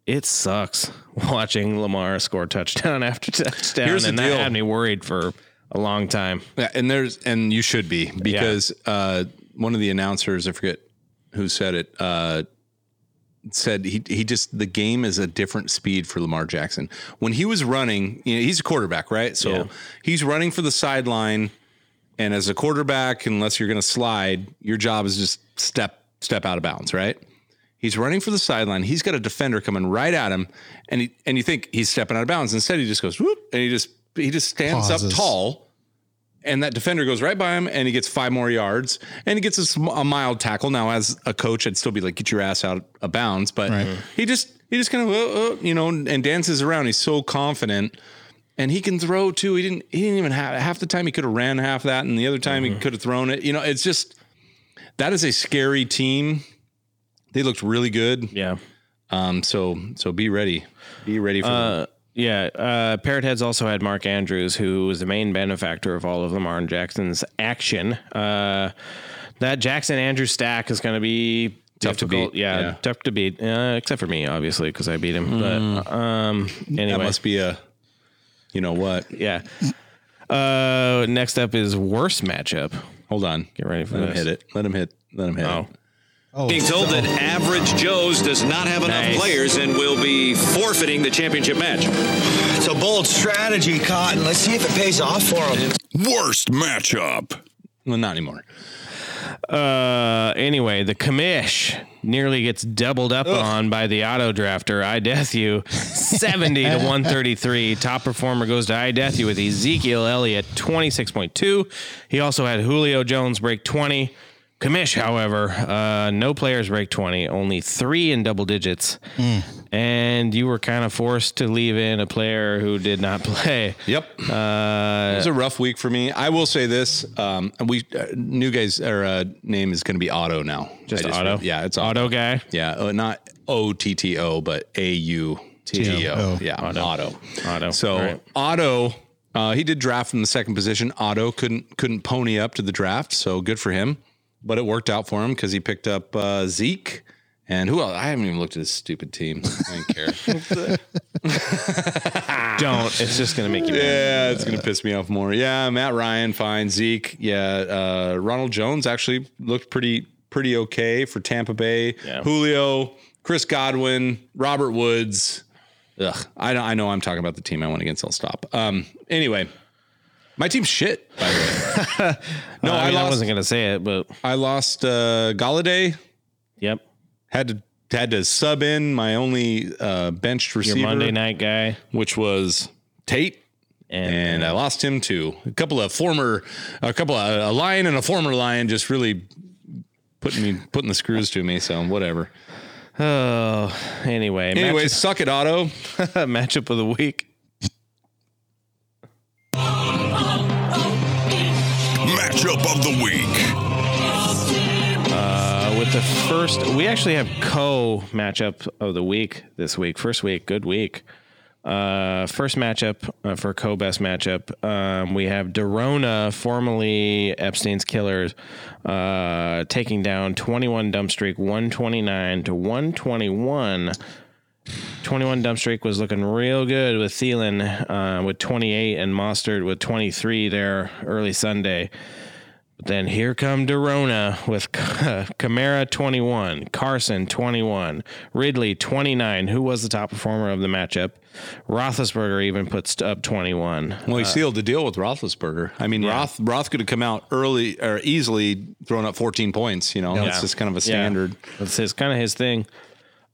Speaker 3: it sucks watching Lamar score touchdown after touchdown,
Speaker 2: Here's the
Speaker 3: and
Speaker 2: deal.
Speaker 3: that had me worried for a long time.
Speaker 2: Yeah, and there's and you should be because uh, one of the announcers, I forget who said it, uh, said he he just the game is a different speed for Lamar Jackson when he was running. You know, he's a quarterback, right? So
Speaker 3: Yeah.
Speaker 2: he's running for the sideline, and as a quarterback, unless you're going to slide, your job is just step step out of bounds, right? He's running for the sideline. He's got a defender coming right at him, and he, and you think he's stepping out of bounds. Instead, he just goes whoop, and he just he just stands
Speaker 4: Pauses.
Speaker 2: up tall and that defender goes right by him and he gets five more yards and he gets a, sm- a mild tackle. Now, as a coach, I'd still be like, get your ass out of bounds. But
Speaker 4: Right.
Speaker 2: he just, he just kind of, uh, uh, you know, and dances around. He's so confident and he can throw too. He didn't, he didn't even have half the time he could have ran half that. And the other time he could have thrown it. You know, it's just, that is a scary team. They looked really good.
Speaker 3: Yeah.
Speaker 2: Um, so, so be ready, be ready for them.
Speaker 3: Uh, yeah. Uh, Parrot Heads also had Mark Andrews, who was the main benefactor of all of Lamar Jackson's action. Uh, that Jackson Andrew stack is going to be
Speaker 2: Tough to
Speaker 3: difficult.
Speaker 2: beat,
Speaker 3: Yeah,
Speaker 2: yeah. Mm.
Speaker 3: Tough to beat. Uh, except for me, obviously, because I beat him. But um,
Speaker 2: that
Speaker 3: anyway.
Speaker 2: must be a, you know what?
Speaker 3: yeah. Uh, next up is worst matchup.
Speaker 2: Hold on.
Speaker 3: Get ready for
Speaker 2: Let him
Speaker 3: this.
Speaker 2: hit it. Let him hit. Let him hit
Speaker 3: Oh.
Speaker 2: it.
Speaker 5: Being told that average Joe's does not have enough
Speaker 3: Nice.
Speaker 5: players and will be forfeiting the championship match.
Speaker 6: It's a bold strategy, Cotton. Let's see if it pays off for him.
Speaker 1: Worst matchup.
Speaker 2: Well, not anymore.
Speaker 3: Uh, anyway, the commish nearly gets doubled up on by the auto drafter. I death you,
Speaker 2: (laughs)
Speaker 3: seventy to one thirty three. Top performer goes to I death you with Ezekiel Elliott twenty six point two. He also had Julio Jones break twenty. Commish, however, uh, no players break twenty. Only three in double digits,
Speaker 2: Hmm.
Speaker 3: and you were kind of forced to leave in a player who did not (laughs) play.
Speaker 2: Yep. Uh, it was a rough week for me. I will say this. Um, we uh, new guy's or, uh, name is going to be Otto now.
Speaker 3: Just,
Speaker 2: I
Speaker 3: auto,
Speaker 2: Yeah, it's Otto.
Speaker 3: auto guy.
Speaker 2: Yeah, uh, not O T T O, but A U T T O.
Speaker 4: T-O.
Speaker 2: Yeah, Otto. Otto.
Speaker 3: Auto.
Speaker 2: So
Speaker 3: All right.
Speaker 2: Otto, uh, he did draft from the second position. Otto couldn't couldn't pony up to the draft, so good for him. But it worked out for him because he picked up uh, Zeke and who else? I haven't even looked at his stupid team. I don't
Speaker 3: (laughs)
Speaker 2: care. Ah.
Speaker 3: don't. It's just
Speaker 2: (laughs)
Speaker 3: gonna make you. mad.
Speaker 2: Yeah, it's gonna piss me off more. Yeah, Matt Ryan, fine. Zeke, yeah. Uh, Ronald Jones actually looked pretty pretty okay for Tampa Bay.
Speaker 3: Yeah.
Speaker 2: Julio, Chris Godwin, Robert Woods. Ugh, I know, I know. I'm talking about the team I went against. I'll stop. Um, anyway, my team's shit. By the way, no,
Speaker 3: Uh, I,
Speaker 2: I,
Speaker 3: mean, I
Speaker 2: lost.
Speaker 3: wasn't gonna say it, but
Speaker 2: I lost uh, Galladay.
Speaker 3: yep.
Speaker 2: Had to had to sub in my only uh, benched
Speaker 3: your
Speaker 2: receiver,
Speaker 3: Monday night guy,
Speaker 2: which was Tate.
Speaker 3: and,
Speaker 2: and I lost him too. A couple of former, a couple of a lion and a former lion just really putting me putting the screws to me. So whatever.
Speaker 3: oh, anyway,
Speaker 2: Anyway, suck it, Otto.
Speaker 3: matchup, (laughs) matchup of the week.
Speaker 1: Matchup of the week.
Speaker 3: Uh, with the first, we actually have co matchup of the week this week. First week, good week. Uh, first matchup uh, for co best matchup, um, we have Derona, formerly Epstein's killer, uh, taking down 21 dump streak, 129 to 121. 21 dump streak was looking real good with Thielen uh, with 28 and Mostert with 23 there early Sunday. Then here come Derona with (laughs) Camara 21, Carson 21, Ridley 29, who was the top performer of the matchup. Roethlisberger even puts up 21.
Speaker 2: Well, he sealed the deal with Roethlisberger. I mean, Roth Roth could have come out early or easily thrown up 14 points. You know, it's
Speaker 3: Yeah.
Speaker 2: just kind of a
Speaker 3: Yeah.
Speaker 2: standard.
Speaker 3: That's his kind of his thing.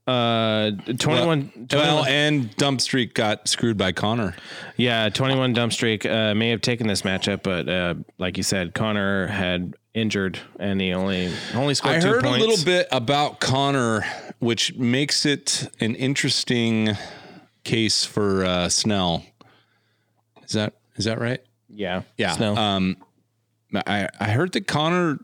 Speaker 3: Uh, 21, 21
Speaker 2: Well, and Dump Streak got screwed by Connor.
Speaker 3: Yeah, 21 dump streak uh, may have taken this matchup, but uh, like you said, Connor had injured and he only only scored
Speaker 2: I
Speaker 3: two
Speaker 2: heard
Speaker 3: points.
Speaker 2: a little bit about Connor, which makes it an interesting case for uh, Snell. Is that is that right?
Speaker 3: Yeah.
Speaker 2: Yeah.
Speaker 3: Snell.
Speaker 2: Um, I I heard that Connor,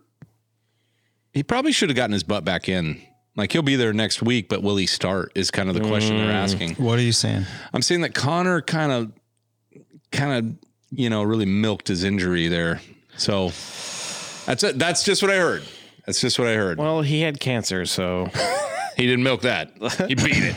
Speaker 2: he probably should have gotten his butt back in. Like he'll be there next week, but will he start? Is kind of the question
Speaker 3: Mm.
Speaker 2: they're asking.
Speaker 4: What are you saying?
Speaker 2: I'm saying that Connor kind of, kind of, you know, really milked his injury there. So that's it. That's just what I heard. That's just what I heard.
Speaker 3: well, he had cancer, so
Speaker 2: He didn't milk that. He beat it.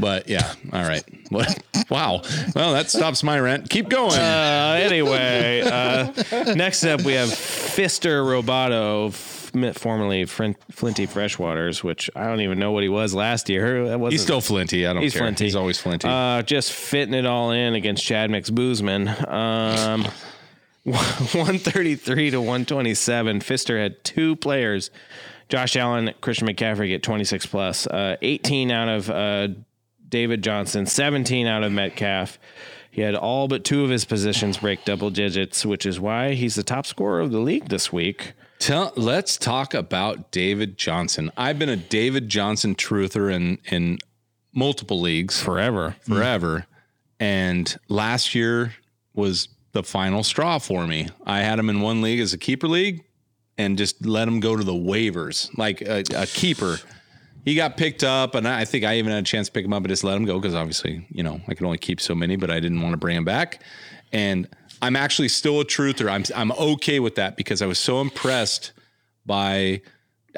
Speaker 2: but yeah. All right. What? Wow. Well, that stops my rant. Keep going.
Speaker 3: Uh, anyway, uh, next up we have Fister Roboto, f- formerly Flint- Flinty Freshwaters, which I don't even know what he was last year. That wasn't,
Speaker 2: he's still flinty. I don't
Speaker 3: he's
Speaker 2: care.
Speaker 3: flinty.
Speaker 2: He's always flinty.
Speaker 3: Uh, just fitting it all in against Chad McBoozman. Um, (laughs) 133 to 127. Fister had two players. Josh Allen, Christian McCaffrey get 26 plus, uh, 18 out of uh, David Johnson, 17 out of Metcalf. He had all but two of his positions break double digits, which is why he's the top scorer of the league this week.
Speaker 2: Tell, let's talk about David Johnson. I've been a David Johnson truther in in multiple leagues
Speaker 3: Forever.
Speaker 2: forever, and last year was the final straw for me. I had him in one league as a keeper league, and just let him go to the waivers like a, a keeper. He got picked up, and I think I even had a chance to pick him up, but just let him go because obviously, you know, I could only keep so many, but I didn't want to bring him back. And I'm actually still a truther. I'm I'm okay with that because I was so impressed by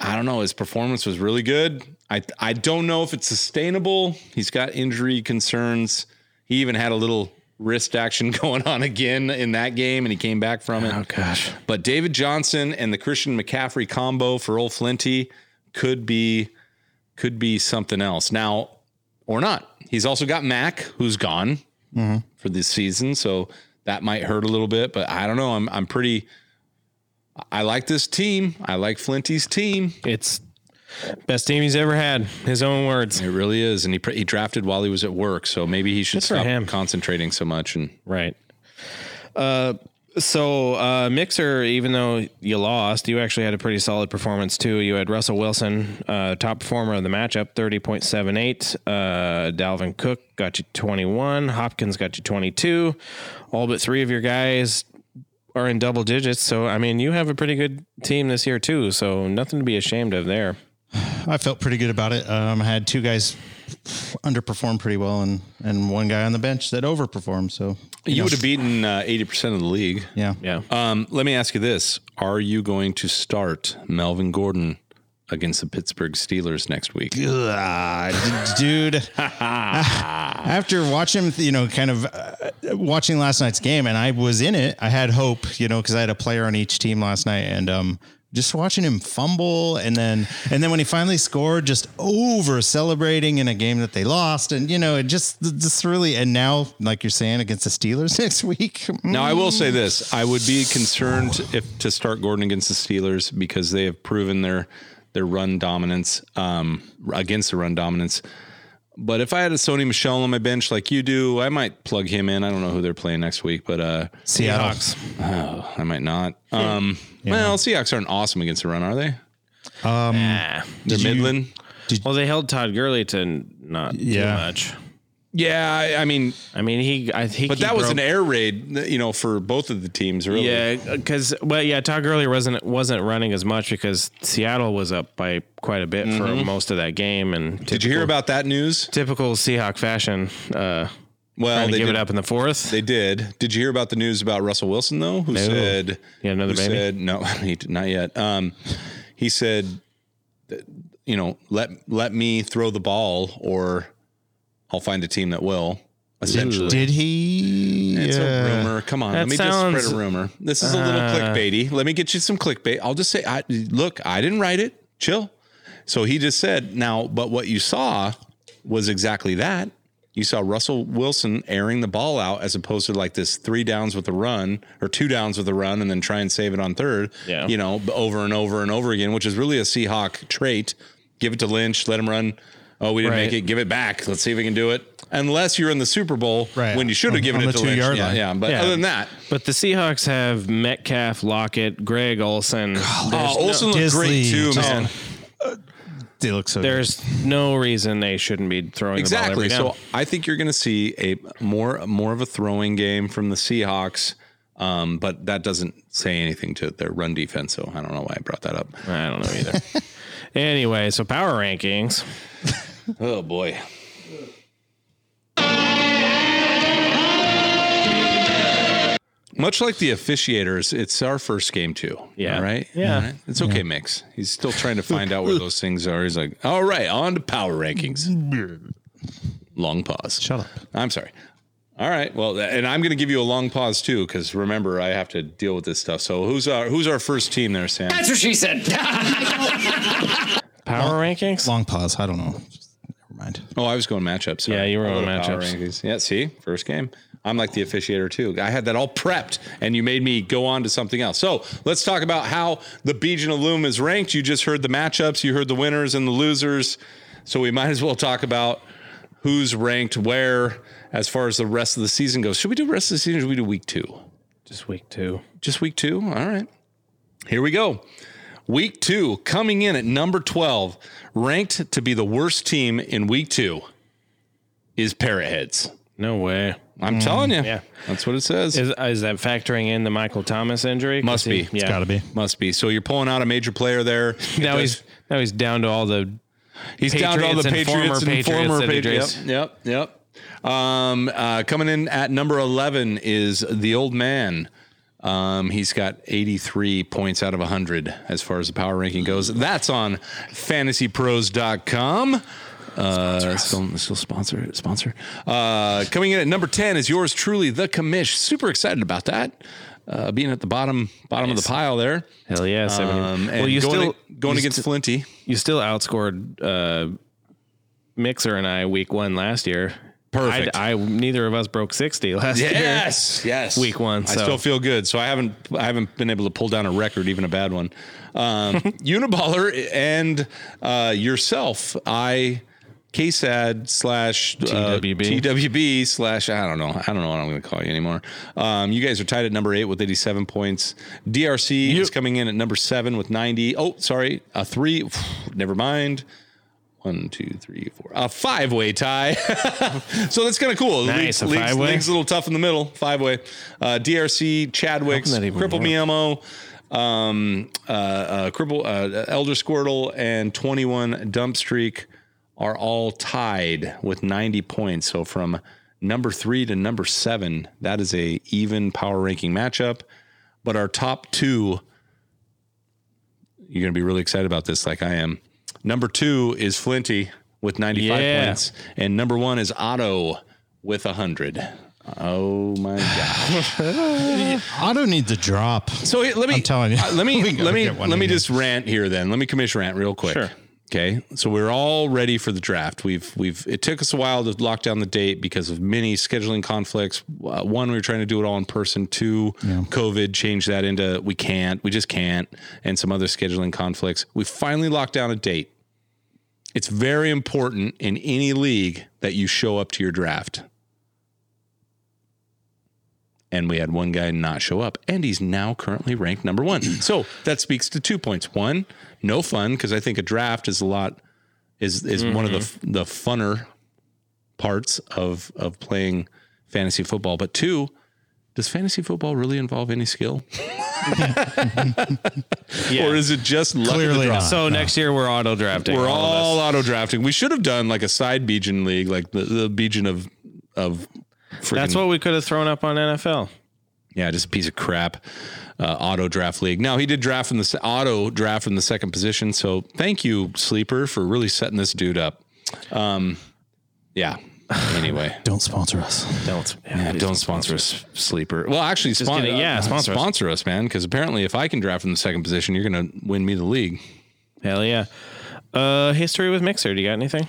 Speaker 2: I don't know his performance was really good. I I don't know if it's sustainable. He's got injury concerns. He even had a little wrist action (laughs) going on again in that game, and he came back from it.
Speaker 3: Oh, gosh.
Speaker 2: But David Johnson and the Christian McCaffrey combo for Old Flinty could be could be something else now, or not. He's also got Mac, who's gone for this season, so that might hurt a little bit. But I don't know. I'm I'm pretty. I like this team. I like Flinty's team.
Speaker 3: It's best team he's ever had. His own words.
Speaker 2: It really is, and he pr- he drafted while he was at work, so maybe he should
Speaker 3: Good for
Speaker 2: stop
Speaker 3: him.
Speaker 2: concentrating so much. And
Speaker 3: Right. Uh, so uh, Mixer, even though you lost, you actually had a pretty solid performance too. You had Russell Wilson, uh, top performer of the matchup, thirty point seven eight. Uh, Dalvin Cook got you twenty one. Hopkins got you twenty two. All but three of your guys are in double digits. So I mean, you have a pretty good team this year too. So nothing to be ashamed of there.
Speaker 4: I felt pretty good about it. Um, I had two guys underperform pretty well, and and one guy on the bench that overperformed. So
Speaker 2: you would have beaten uh, eighty percent of the league. (laughs)
Speaker 4: yeah,
Speaker 3: Yeah.
Speaker 2: Um, let me ask you this: Are you going to start Melvin Gordon against the Pittsburgh Steelers next week?
Speaker 4: Ugh, d-
Speaker 2: (laughs)
Speaker 4: dude. After watching, him, you know, kind of uh, watching last night's game, and I was in it. I had hope, you know, because I had a player on each team last night, and um, just watching him fumble, and then and then when he finally scored, just over celebrating in a game that they lost, and you know, it just just really, and now like you're saying against the Steelers (laughs) next week.
Speaker 2: Now, I will say this: I would be concerned if to start Gordon against the Steelers because they have proven their their run dominance um, against the run dominance. But if I had a Sony Michelle on my bench like you do, I might plug him in. I don't know who they're playing next week, but uh,
Speaker 4: Seattle.
Speaker 2: oh, I might not. Um, Well, Seahawks aren't awesome against the run, are they?
Speaker 3: Nah.
Speaker 2: They're
Speaker 4: you-
Speaker 2: Midland.
Speaker 3: Well, they held Todd Gurley to n- not too
Speaker 4: Yeah.
Speaker 3: much.
Speaker 2: yeah, I, I mean,
Speaker 3: I mean, he. I think.
Speaker 2: but
Speaker 3: he
Speaker 2: that was
Speaker 3: broke-
Speaker 2: an air raid, you know, for both of the teams. Really,
Speaker 3: Yeah, because well, yeah, Todd Gurley wasn't wasn't running as much because Seattle was up by quite a bit for most of that game. And
Speaker 2: Mm-hmm. Did you hear about that news?
Speaker 3: typical Seahawk fashion? Uh,
Speaker 2: Well,
Speaker 3: trying
Speaker 2: they
Speaker 3: to give
Speaker 2: did,
Speaker 3: it up in the fourth.
Speaker 2: They did. Did you hear about the news about Russell Wilson though? Who said
Speaker 3: He had another
Speaker 2: who
Speaker 3: baby?
Speaker 2: Said, no, (laughs) he did- not yet. Um, he said, that, you know, let let me throw the ball, or I'll find a team that will. Essentially,
Speaker 4: Did he?
Speaker 2: it's
Speaker 4: yeah.
Speaker 2: a rumor. Come on,
Speaker 3: That
Speaker 2: let me
Speaker 3: sounds- uh,
Speaker 2: just spread a rumor. This is a little clickbaity. Let me get you some clickbait. I'll just say, I look, I didn't write it. Chill. So he just said now, but what you saw was exactly that. You saw Russell Wilson airing the ball out as opposed to like this three downs with a run or two downs with a run and then try and save it on third.
Speaker 3: Yeah.
Speaker 2: You know, b- over and over and over again, which is really a Seahawk trait. Give it to Lynch, let him run. Oh, we didn't
Speaker 3: Right.
Speaker 2: make it. Give it back. Let's see if we can do it. Unless you're in the Super Bowl
Speaker 4: Right.
Speaker 2: when you should have
Speaker 4: On-
Speaker 2: given
Speaker 4: on
Speaker 2: it
Speaker 4: the
Speaker 2: to Lynch.
Speaker 4: two-yard
Speaker 2: Yeah,
Speaker 4: line.
Speaker 2: yeah, but
Speaker 3: Yeah.
Speaker 2: other than that, uh,
Speaker 3: But the Seahawks have Metcalf, Lockett, Greg Olson.
Speaker 2: oh, Olsen looked
Speaker 4: Disley,
Speaker 2: great too,
Speaker 4: just-
Speaker 2: man.
Speaker 4: They look so. good.
Speaker 3: There's no reason they shouldn't be throwing
Speaker 2: Exactly.
Speaker 3: the ball every
Speaker 2: So I think you're going to see a more more of a throwing game from the Seahawks, um, but that doesn't say anything to their run defense. So I don't know why I brought that up.
Speaker 3: down. I don't know either. (laughs) anyway, so power rankings.
Speaker 2: Oh boy. Much like the officiators, it's our first game too.
Speaker 3: Yeah.
Speaker 2: All right.
Speaker 3: Yeah.
Speaker 2: All right? It's okay, Mix. He's still trying to find out where
Speaker 3: (laughs)
Speaker 2: those things are. He's like, all right, on to power rankings. Long pause.
Speaker 4: Shut up.
Speaker 2: I'm sorry. All right. Well, th- and I'm going to give you a long pause too, because remember, I have to deal with this stuff. So who's our who's our first team there, Sam?
Speaker 7: That's what she said.
Speaker 3: Power rankings.
Speaker 4: Long pause. I don't know. Never mind.
Speaker 2: Oh, I was going matchups. Sorry.
Speaker 3: Yeah, you were
Speaker 2: I
Speaker 3: on
Speaker 2: would've power
Speaker 3: matchups.
Speaker 2: rankings. Yeah, see, first game. I'm like the officiator too. I had that all prepped, and you made me go on to something else. So let's talk about how the Legion of Loom is ranked. You just heard the matchups, you heard the winners and the losers. So we might as well talk about who's ranked where as far as the rest of the season goes. Should we do rest of the season? Or should we do week two?
Speaker 3: Just week two.
Speaker 2: Just week two? All right. Here we go. Week two coming in at number 12, ranked to be the worst team in week two, is Parrot Heads.
Speaker 3: No way. Mm,
Speaker 2: I'm telling you.
Speaker 3: yeah.
Speaker 2: That's what it says.
Speaker 3: Is, is that factoring in the Michael Thomas injury?
Speaker 2: Must
Speaker 3: 'Cause he-
Speaker 2: be. It's
Speaker 3: Yeah.
Speaker 4: Gotta be.
Speaker 2: Must be. So you're pulling out a major player there.
Speaker 3: (laughs) Now
Speaker 2: It
Speaker 3: he's
Speaker 2: does-
Speaker 3: now he's down to all the
Speaker 2: he's down to all the Patriots
Speaker 3: Patriots and
Speaker 2: and,
Speaker 3: former Patriots
Speaker 2: former
Speaker 3: that he
Speaker 2: Patriots.
Speaker 3: drinks.
Speaker 2: Yep, yep. yep. Um, uh, coming in at number 11 is the old man. Um, he's got 83 points out of 100 as far as the power ranking goes. That's on fantasypros.com. Uh, still, still sponsor, sponsor. Uh, coming in at number 10 is yours truly, the commish. Super excited about that. Uh, being at the bottom, bottom of the pile there.
Speaker 3: hell yeah. 70.
Speaker 2: Um, and
Speaker 3: well, you
Speaker 2: going,
Speaker 3: still
Speaker 2: going
Speaker 3: you
Speaker 2: against
Speaker 3: st-
Speaker 2: Flinty.
Speaker 3: you still outscored uh, Mixer and I week one last year.
Speaker 2: Perfect.
Speaker 3: I, I neither of us broke sixty last year.
Speaker 2: Yes, yes.
Speaker 3: Week one,
Speaker 2: I
Speaker 3: so.
Speaker 2: still feel good. So I haven't, I haven't been able to pull down a record, even a bad one.
Speaker 3: (laughs)
Speaker 2: Um, Uniballer and uh, yourself, I. KSAD slash uh,
Speaker 3: TWB.
Speaker 2: TWB slash I don't know I don't know what I'm going to call you anymore. Um, you guys are tied at number eight with 87 points. DRC is coming in at number seven with 90. Oh, sorry, a three. (sighs) Never mind. One, two, three, four. A five way tie. (laughs) so that's kind of cool. League's,
Speaker 3: Nice, a
Speaker 2: league's-
Speaker 3: five-way.
Speaker 2: league's a little tough in the middle. Five way. Uh, DRC, Chadwick's,
Speaker 3: that even
Speaker 2: Cripple
Speaker 3: work?
Speaker 2: Miamo, um, uh, uh, Cripple, uh, Elder Squirtle, and 21 Dump Streak are all tied with 90 points. So from number three to number seven, that is a even power ranking matchup. But our top two you're going to be really excited about this, like I am. Number two is Flinty with 95
Speaker 3: Yeah.
Speaker 2: points, and number one is Otto with 100. Oh my god!
Speaker 4: Auto needs a drop.
Speaker 2: So hey, let me
Speaker 4: I'm telling you.
Speaker 2: uh, let me
Speaker 4: (laughs) We gotta
Speaker 2: let me
Speaker 4: get one
Speaker 2: let me
Speaker 4: in here.
Speaker 2: just rant here. Then let me commission rant real quick.
Speaker 3: Sure.
Speaker 2: Okay, so we're all ready for the draft. We've we've it took us a while to lock down the date because of many scheduling conflicts. Uh, one, we were trying to do it all in person. Two, COVID changed that into we can't, we just can't, and some other scheduling conflicts. We finally locked down a date. It's very important in any league that you show up to your draft. And we had one guy not show up, and he's now currently ranked number one. (clears throat) so that speaks to two points. One, no fun because I think a draft is a lot is is one of the f-
Speaker 3: Mm-hmm.
Speaker 2: the funner parts of of playing fantasy football. But two, does fantasy football really involve any skill,
Speaker 3: Yeah.
Speaker 2: or is it just luck of the
Speaker 4: Clearly
Speaker 2: draw?
Speaker 4: not.
Speaker 3: so next year we're auto drafting.
Speaker 2: We're
Speaker 3: of us.
Speaker 2: all auto drafting. We should have done like a side Bijan league, like the, the Bijan of of. Freaking,
Speaker 3: That's what we could have thrown up on NFL.
Speaker 2: Yeah, just a piece of crap. Uh, auto draft league. Now he did draft from the se- auto draft from the second position. So thank you, sleeper, for really setting this dude up. Um, yeah. Anyway,
Speaker 4: Don't sponsor us.
Speaker 3: Don't.
Speaker 2: yeah, don't sponsor us, sleeper. Well, actually,
Speaker 3: Just
Speaker 2: spon-
Speaker 3: kidding. Yeah,
Speaker 2: uh,
Speaker 3: sponsor us.
Speaker 2: sponsor us, man. Because apparently, if I can draft from the second position, you're going to win me the league.
Speaker 3: Hell yeah. Uh, history with Mixer. Do you got anything?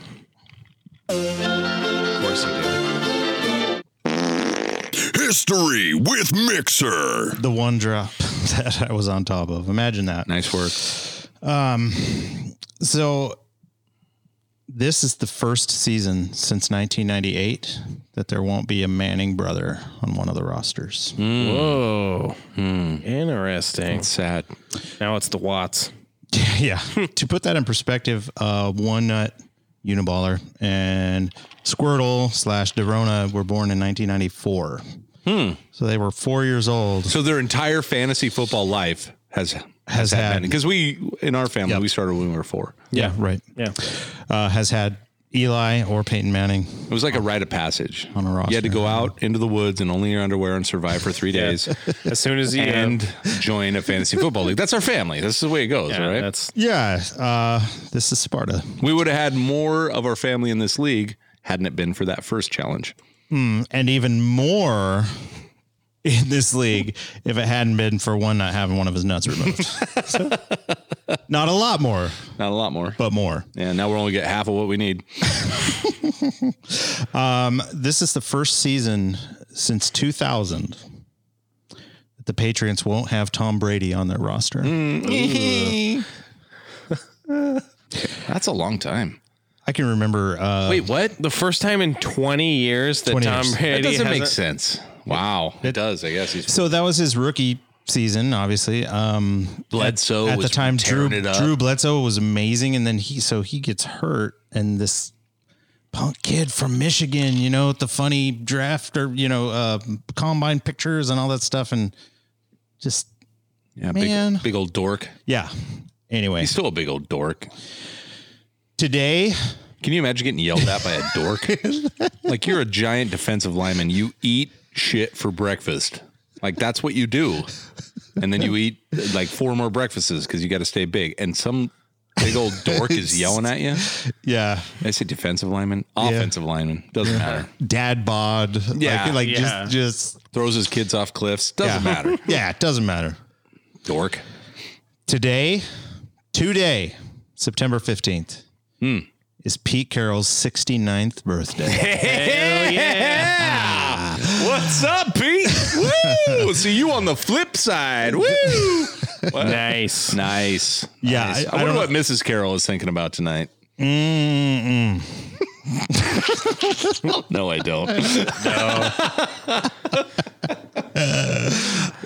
Speaker 2: Of course you do.
Speaker 1: History with Mixer.
Speaker 4: The one drop (laughs) that I was on top of. Imagine that.
Speaker 2: Nice work.
Speaker 4: So this is the first season since 1998 that there won't be a Manning brother on one of the rosters.
Speaker 2: Oh,
Speaker 3: Whoa.
Speaker 2: hmm.
Speaker 3: Interesting.
Speaker 2: Sad.
Speaker 3: Now it's the Watts.
Speaker 4: (laughs) yeah. to put that in perspective, uh, One Nut, Uniballer, and Squirtle slash Derona were born in 1994. So they were four years old.
Speaker 2: So their entire fantasy football life has
Speaker 4: has had,
Speaker 2: because we in our family we started when we were four.
Speaker 4: yeah, right.
Speaker 3: Yeah.
Speaker 4: Uh, has had Eli or Peyton Manning.
Speaker 2: It was like a rite of passage
Speaker 4: On a
Speaker 2: You had to
Speaker 4: roster.
Speaker 2: go out into the woods in only your underwear and survive
Speaker 4: (laughs)
Speaker 2: for three days
Speaker 3: As soon as uh, you
Speaker 2: and join a fantasy football league. That's our family. This is the way it goes,
Speaker 3: yeah,
Speaker 2: right?
Speaker 3: that's
Speaker 4: Yeah. Uh, this is Sparta.
Speaker 2: we would have had more of our family in this league hadn't it been for that first challenge.
Speaker 4: and even more in this league if it hadn't been for one not having one of his nuts (laughs) removed. So, not a lot more,
Speaker 2: Not a lot more.
Speaker 4: but more.
Speaker 2: yeah, now we're only get half of what we
Speaker 4: (laughs)
Speaker 2: need.
Speaker 4: This is the first season since 2000 that the Patriots won't have Tom Brady on their
Speaker 7: Hmm.
Speaker 4: roster.
Speaker 2: That's a long time.
Speaker 4: I can remember. Uh,
Speaker 7: Wait, what?
Speaker 3: The first time in 20 years that
Speaker 4: 20
Speaker 3: Tom
Speaker 4: years. That
Speaker 7: That
Speaker 3: Brady
Speaker 7: doesn't
Speaker 3: has
Speaker 7: make
Speaker 3: a-
Speaker 7: sense. Wow, it does. I guess he's
Speaker 4: so that was his rookie season, obviously. Um,
Speaker 7: Bledsoe
Speaker 4: at the
Speaker 7: was
Speaker 4: time, Drew
Speaker 7: tearing it up.
Speaker 4: Drew Bledsoe was amazing, and then he so he gets hurt, and this punk kid from Michigan, you know, with the funny draft or you know uh, combine pictures and all that stuff, and just
Speaker 7: yeah,
Speaker 4: Man.
Speaker 7: big big old dork.
Speaker 4: yeah. Anyway,
Speaker 7: He's still a big old dork.
Speaker 4: today
Speaker 7: Can you imagine getting yelled at by a dork?
Speaker 2: Like you're a giant defensive lineman. You eat shit for breakfast. Like that's what you do. And then you eat like four more breakfasts because you got to stay big. And some big old dork is yelling at you.
Speaker 4: Yeah.
Speaker 2: I say defensive lineman, offensive lineman. Doesn't matter.
Speaker 4: Dad bod.
Speaker 2: Yeah,
Speaker 4: Like, like
Speaker 3: yeah.
Speaker 4: just, just,
Speaker 2: Throws his kids off cliffs. Doesn't
Speaker 4: Yeah.
Speaker 2: matter.
Speaker 4: (laughs) yeah, it doesn't matter.
Speaker 2: Dork.
Speaker 4: Today, today, September 15th,
Speaker 2: Hmm.
Speaker 4: is Pete Carroll's 69th
Speaker 2: (laughs)
Speaker 4: birthday.
Speaker 3: Hell yeah.
Speaker 2: What's up, Pete? Woo! See you on the flip side. Woo!
Speaker 3: nice.
Speaker 2: Nice.
Speaker 4: Yeah,
Speaker 2: Nice.
Speaker 4: I-
Speaker 2: I,
Speaker 4: I
Speaker 2: wonder
Speaker 4: don't-
Speaker 2: what Mrs. Carroll is thinking about tonight.
Speaker 7: (laughs) no, I don't.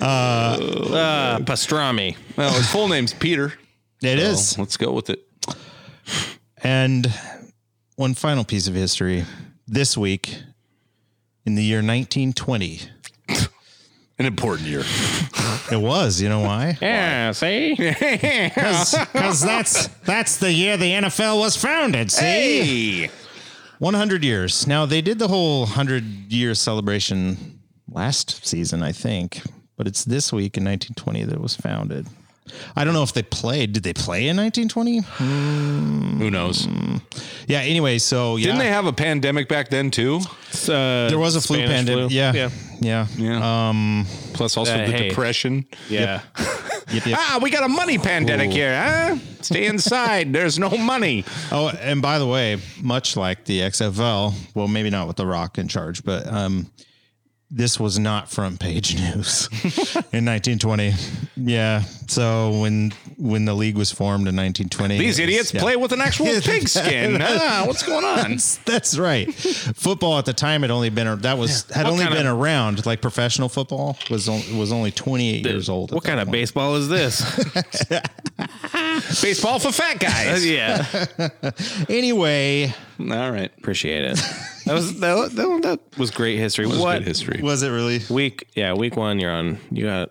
Speaker 3: (laughs) Uh, pastrami.
Speaker 2: Well, his full name's Peter.
Speaker 4: It is.
Speaker 2: Let's go with it.
Speaker 4: And one final piece of history this week in the year 1920.
Speaker 2: An important year.
Speaker 4: It was, you know why?
Speaker 3: Yeah,
Speaker 4: (laughs)
Speaker 3: see?
Speaker 4: Because that's that's the year the NFL was founded. See, 100 years. Now they did the whole 100 year celebration last season, I think, but it's this week in 1920 that it was founded. I don't know if they played. Did they play in 1920?
Speaker 2: Who knows?
Speaker 4: Yeah. Anyway, so yeah,
Speaker 2: Didn't they have a pandemic back then too?
Speaker 3: It's, uh,
Speaker 4: there was a flu
Speaker 3: Spanish
Speaker 4: pandemic.
Speaker 3: flu.
Speaker 4: Yeah.
Speaker 3: Yeah.
Speaker 4: Yeah. Yeah.
Speaker 2: Yeah. Um. Plus, also
Speaker 3: uh,
Speaker 2: the
Speaker 3: hey.
Speaker 2: depression.
Speaker 3: Yeah. (laughs)
Speaker 4: Yep, yep.
Speaker 2: Ah, we got a money pandemic here, huh? Stay
Speaker 7: (laughs)
Speaker 2: inside. There's no money.
Speaker 4: Oh, and by the way, much like the XFL, well, maybe not with The Rock in charge, but um, this was not front page (laughs) news in 1920. Yeah. So when when the league was formed in 1920,
Speaker 2: These
Speaker 4: it was-
Speaker 2: idiots
Speaker 4: yeah. (laughs)
Speaker 2: play with an actual pigskin. Ah, what's going on?
Speaker 4: That's, that's right. football at the time had only been that was had
Speaker 3: What
Speaker 4: only
Speaker 3: kind of-
Speaker 4: been around like professional football was on, was only 28 years old. at
Speaker 3: What
Speaker 4: that
Speaker 3: kind of
Speaker 4: point.
Speaker 3: baseball is
Speaker 4: (laughs)
Speaker 3: this?
Speaker 2: Baseball for fat
Speaker 4: (laughs)
Speaker 2: guys.
Speaker 3: yeah.
Speaker 4: Anyway,
Speaker 2: All right.
Speaker 3: Appreciate it. (laughs) That was that, was- that, was- that was great history. what
Speaker 2: Good history.
Speaker 4: was it really?
Speaker 3: week? Yeah, week one. You're on. You got.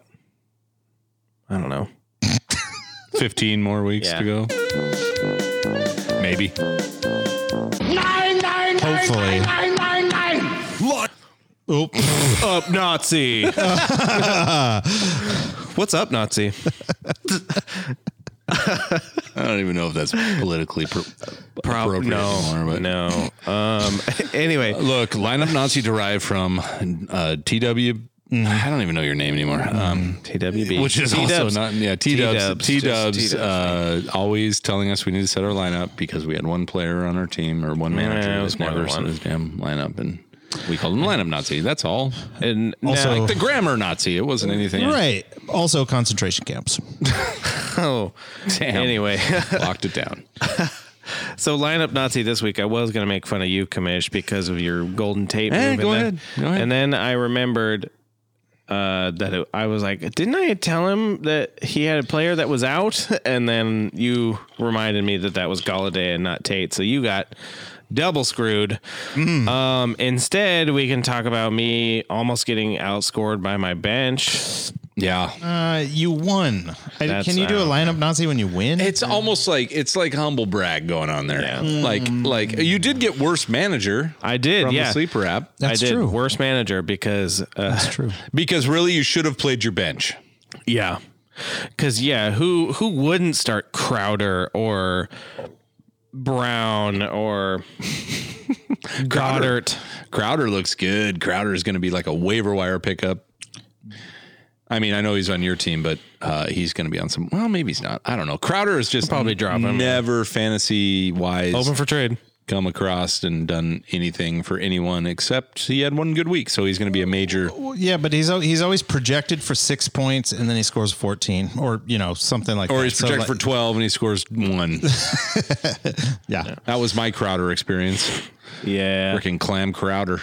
Speaker 3: I don't know.
Speaker 2: 15 more weeks
Speaker 3: Yeah.
Speaker 2: to go. Maybe.
Speaker 4: Hopefully. Oh,
Speaker 3: Up Nazi. (laughs) What's up, Nazi?
Speaker 7: I don't even know if that's politically. Pro-
Speaker 3: Prob-
Speaker 7: Appropriate
Speaker 3: no,
Speaker 7: anymore, but-
Speaker 3: no. Um. (laughs) Anyway,
Speaker 7: Look, lineup Nazi derived from uh, TW.
Speaker 3: Mm-hmm.
Speaker 7: I don't even know your name anymore. Um,
Speaker 3: TWB,
Speaker 7: which is also
Speaker 3: T-dubs.
Speaker 7: not yeah T Dubs
Speaker 3: T-dubs,
Speaker 7: T
Speaker 3: just
Speaker 7: Dubs
Speaker 3: T-dubs,
Speaker 7: uh, always telling us we need to set our lineup because we had one player on our team or one manager
Speaker 3: it
Speaker 7: that
Speaker 3: was more
Speaker 7: never
Speaker 3: than
Speaker 7: set
Speaker 3: one.
Speaker 7: his damn lineup and we called him lineup Nazi. That's all.
Speaker 3: And also,
Speaker 4: Also-
Speaker 7: Like the grammar Nazi. It wasn't
Speaker 4: (laughs)
Speaker 7: anything.
Speaker 4: right. Also concentration camps.
Speaker 3: (laughs)
Speaker 7: Damn.
Speaker 3: anyway.
Speaker 7: locked it down.
Speaker 3: So lineup Nazi this week. I was going to make fun of you, Kamish, because of your Golden Tate.
Speaker 7: Eh,
Speaker 3: move.
Speaker 7: go
Speaker 3: and
Speaker 7: ahead.
Speaker 3: Then,
Speaker 7: Go ahead.
Speaker 3: And then I remembered uh, that it, I was like, didn't I tell him that he had a player that was out? (laughs) And then you reminded me that that was Galladay and not Tate. So you got double screwed.
Speaker 7: Mm.
Speaker 3: Um, instead, we can talk about me almost getting outscored by my bench.
Speaker 7: Yeah.
Speaker 3: Mm-hmm.
Speaker 4: Uh, you won. I-
Speaker 3: That's-
Speaker 4: Can you do
Speaker 3: I
Speaker 4: a
Speaker 3: don't
Speaker 4: lineup Nazi when you win?
Speaker 7: It's almost like it's like humble brag going on there. Like like you did get worse manager
Speaker 3: I did,
Speaker 7: from
Speaker 3: yeah.
Speaker 7: the sleeper app
Speaker 4: That's
Speaker 3: I did.
Speaker 4: true.
Speaker 3: Worst manager because uh,
Speaker 4: true.
Speaker 7: because really you should have played your bench.
Speaker 3: Yeah. Cause yeah, who who wouldn't start Crowder or
Speaker 2: (laughs)
Speaker 3: Brown or Goddard?
Speaker 7: Crowder looks good. Crowder is going to be like a waiver wire pickup. I mean, I know he's on your team, but uh, he's going to be on some. Well, maybe he's not. I don't know. Crowder is just
Speaker 3: Probably drop him.
Speaker 7: Never fantasy wise
Speaker 3: Open for trade.
Speaker 2: come across and done anything for anyone except he had one good week. So he's going to be a major.
Speaker 4: Well, yeah, but he's al- he's always projected for six points and then he scores fourteen or you know something like that.
Speaker 2: Or he's
Speaker 4: So,
Speaker 2: projected
Speaker 4: like-
Speaker 2: for 12 and he scores
Speaker 4: (laughs)
Speaker 2: one.
Speaker 4: Yeah.
Speaker 2: That was my Crowder experience.
Speaker 3: (laughs) Yeah.
Speaker 2: Freaking Clam Crowder.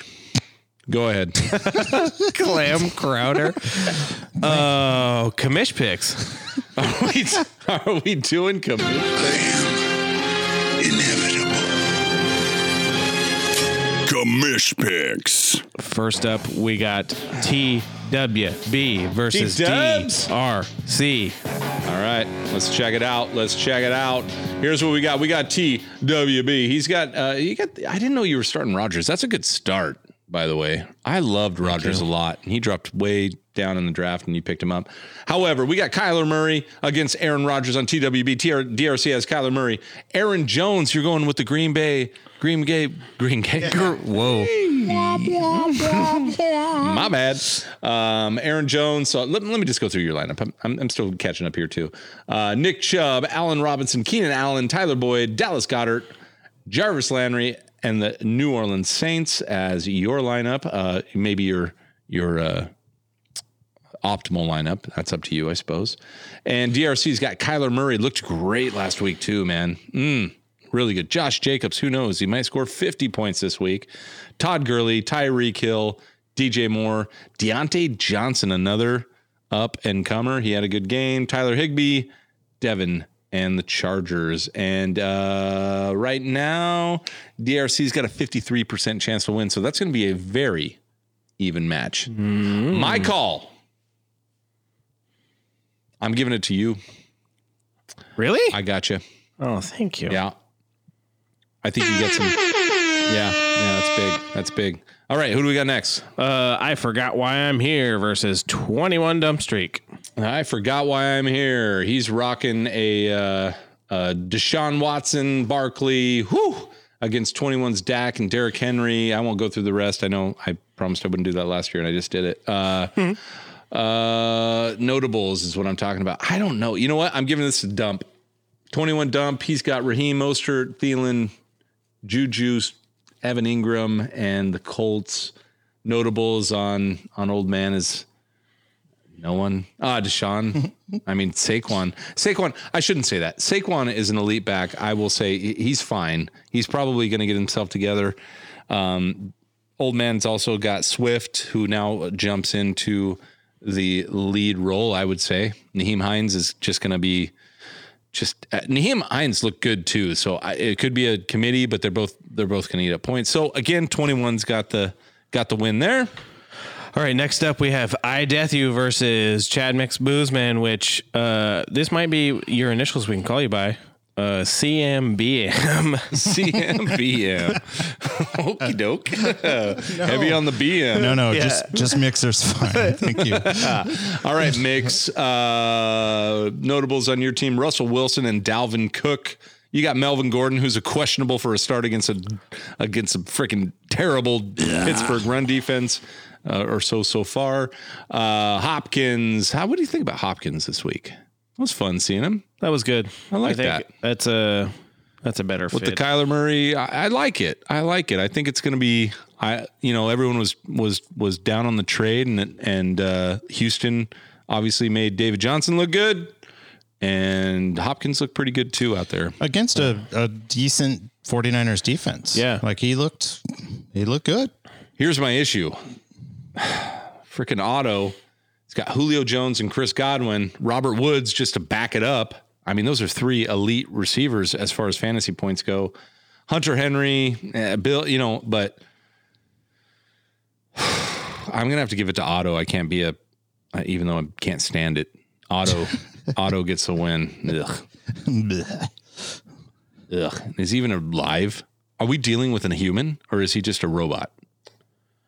Speaker 2: Go ahead.
Speaker 3: Clam Crowder. Oh, commish picks.
Speaker 2: (laughs) are, we, are we doing commission?
Speaker 1: Inevitable. Commish picks.
Speaker 3: First up, we got TWB versus
Speaker 2: T-dubs.
Speaker 3: DRC.
Speaker 2: All right, let's check it out. Let's check it out. Here's what we got. We got TWB. He's got. Uh, you got. I didn't know you were starting Rogers. That's a good start, by the way. I loved Rogers a lot. He dropped way down in the draft, and you picked him up. However, we got Kyler Murray against Aaron Rodgers on TWB. TR, DRC has Kyler Murray. Aaron Jones. You're going with the Green Bay. Green Bay. Green Bay. (laughs) Whoa. My bad. Um, Aaron Jones. So let, let me just go through your lineup. I'm, I'm, I'm still catching up here too. Uh, Nick Chubb, Allen Robinson, Keenan Allen, Tyler Boyd, Dallas Goddard, Jarvis Landry, and the New Orleans Saints as your lineup. Uh, maybe your your uh, optimal lineup. That's up to you, I suppose. And DRC's got Kyler Murray. Looked great last week too, man. Mm, really good. Josh Jacobs. Who knows? He might score 50 points this week. Todd Gurley, Tyreek Hill, DJ Moore, Deontay Johnson, another up and comer. He had a good game. Tyler Higbee, Devin, and the Chargers. And uh, right now, DRC's got a 53% chance to win. So that's going to be a very even match. My call. I'm giving it to you.
Speaker 3: Really?
Speaker 2: I got you.
Speaker 3: Oh, thank you.
Speaker 2: Yeah. I think you get some. Yeah. Yeah. That's big. That's big. All right. Who do we got next?
Speaker 3: Uh, I forgot why I'm here versus 21 Dump Streak.
Speaker 2: I forgot why I'm here. He's rocking a, uh, uh, Deshaun Watson, Barkley, whoo, against 21's Dak and Derrick Henry. I won't go through the rest. I know I promised I wouldn't do that last year and I just did it. Uh, uh, notables is what I'm talking about. I don't know. You know what? I'm giving this a dump. 21 dump. He's got Raheem Mostert, Thielen, Juju, Evan Ingram, and the Colts. Notables on on old man is no one. Ah, (laughs) Deshaun. I mean Saquon. Saquon. I shouldn't say that. Saquon is an elite back. I will say he- he's fine. He's probably going to get himself together. Um, old man's also got Swift, who now jumps into the lead role. I would say Naheem Hines is just going to be just uh, Naheem Hines looked good too. So I, it could be a committee, but they're both they're both going to eat up points. So again, 21's got the got the win there.
Speaker 3: All right, next up we have I Death You versus Chad Mix Boozman, which uh, this might be your initials we can call you by. Uh, CMBM.
Speaker 4: (laughs)
Speaker 2: CMBM. Okie doke. Heavy on the BM.
Speaker 4: No, no, just just mixers (laughs) fine. Thank you.
Speaker 2: All right, Mix. Uh, notables on your team Russell Wilson and Dalvin Cook. You got Melvin Gordon, who's a questionable for a start against a against a freaking terrible Pittsburgh run defense, uh, or so so far. Uh, Hopkins, how what do you think about Hopkins this week? It was fun seeing him.
Speaker 3: (laughs) that was good. I
Speaker 2: like that.
Speaker 3: That's a that's a better
Speaker 2: with
Speaker 3: fit.
Speaker 2: the Kyler Murray. I, I like it. I like it. I think it's going to be. I you know everyone was was was down on the trade and and uh, Houston obviously made David Johnson look good and Hopkins looked pretty good too out there.
Speaker 4: Against a, a decent 49ers defense.
Speaker 3: Yeah.
Speaker 4: Like he looked he looked good.
Speaker 2: Here's my issue. (sighs) Freaking Auto. It's got Julio Jones and Chris Godwin, Robert Woods just to back it up. I mean, those are three elite receivers as far as fantasy points go. Hunter Henry, eh, Bill, you know, but (sighs) I'm gonna have to give it to Auto. I can't be a, I- even though I can't stand it. Auto, Auto gets the win. Ugh,
Speaker 4: Blech.
Speaker 2: ugh. Is he even alive? Are we dealing with a human or is he just a robot?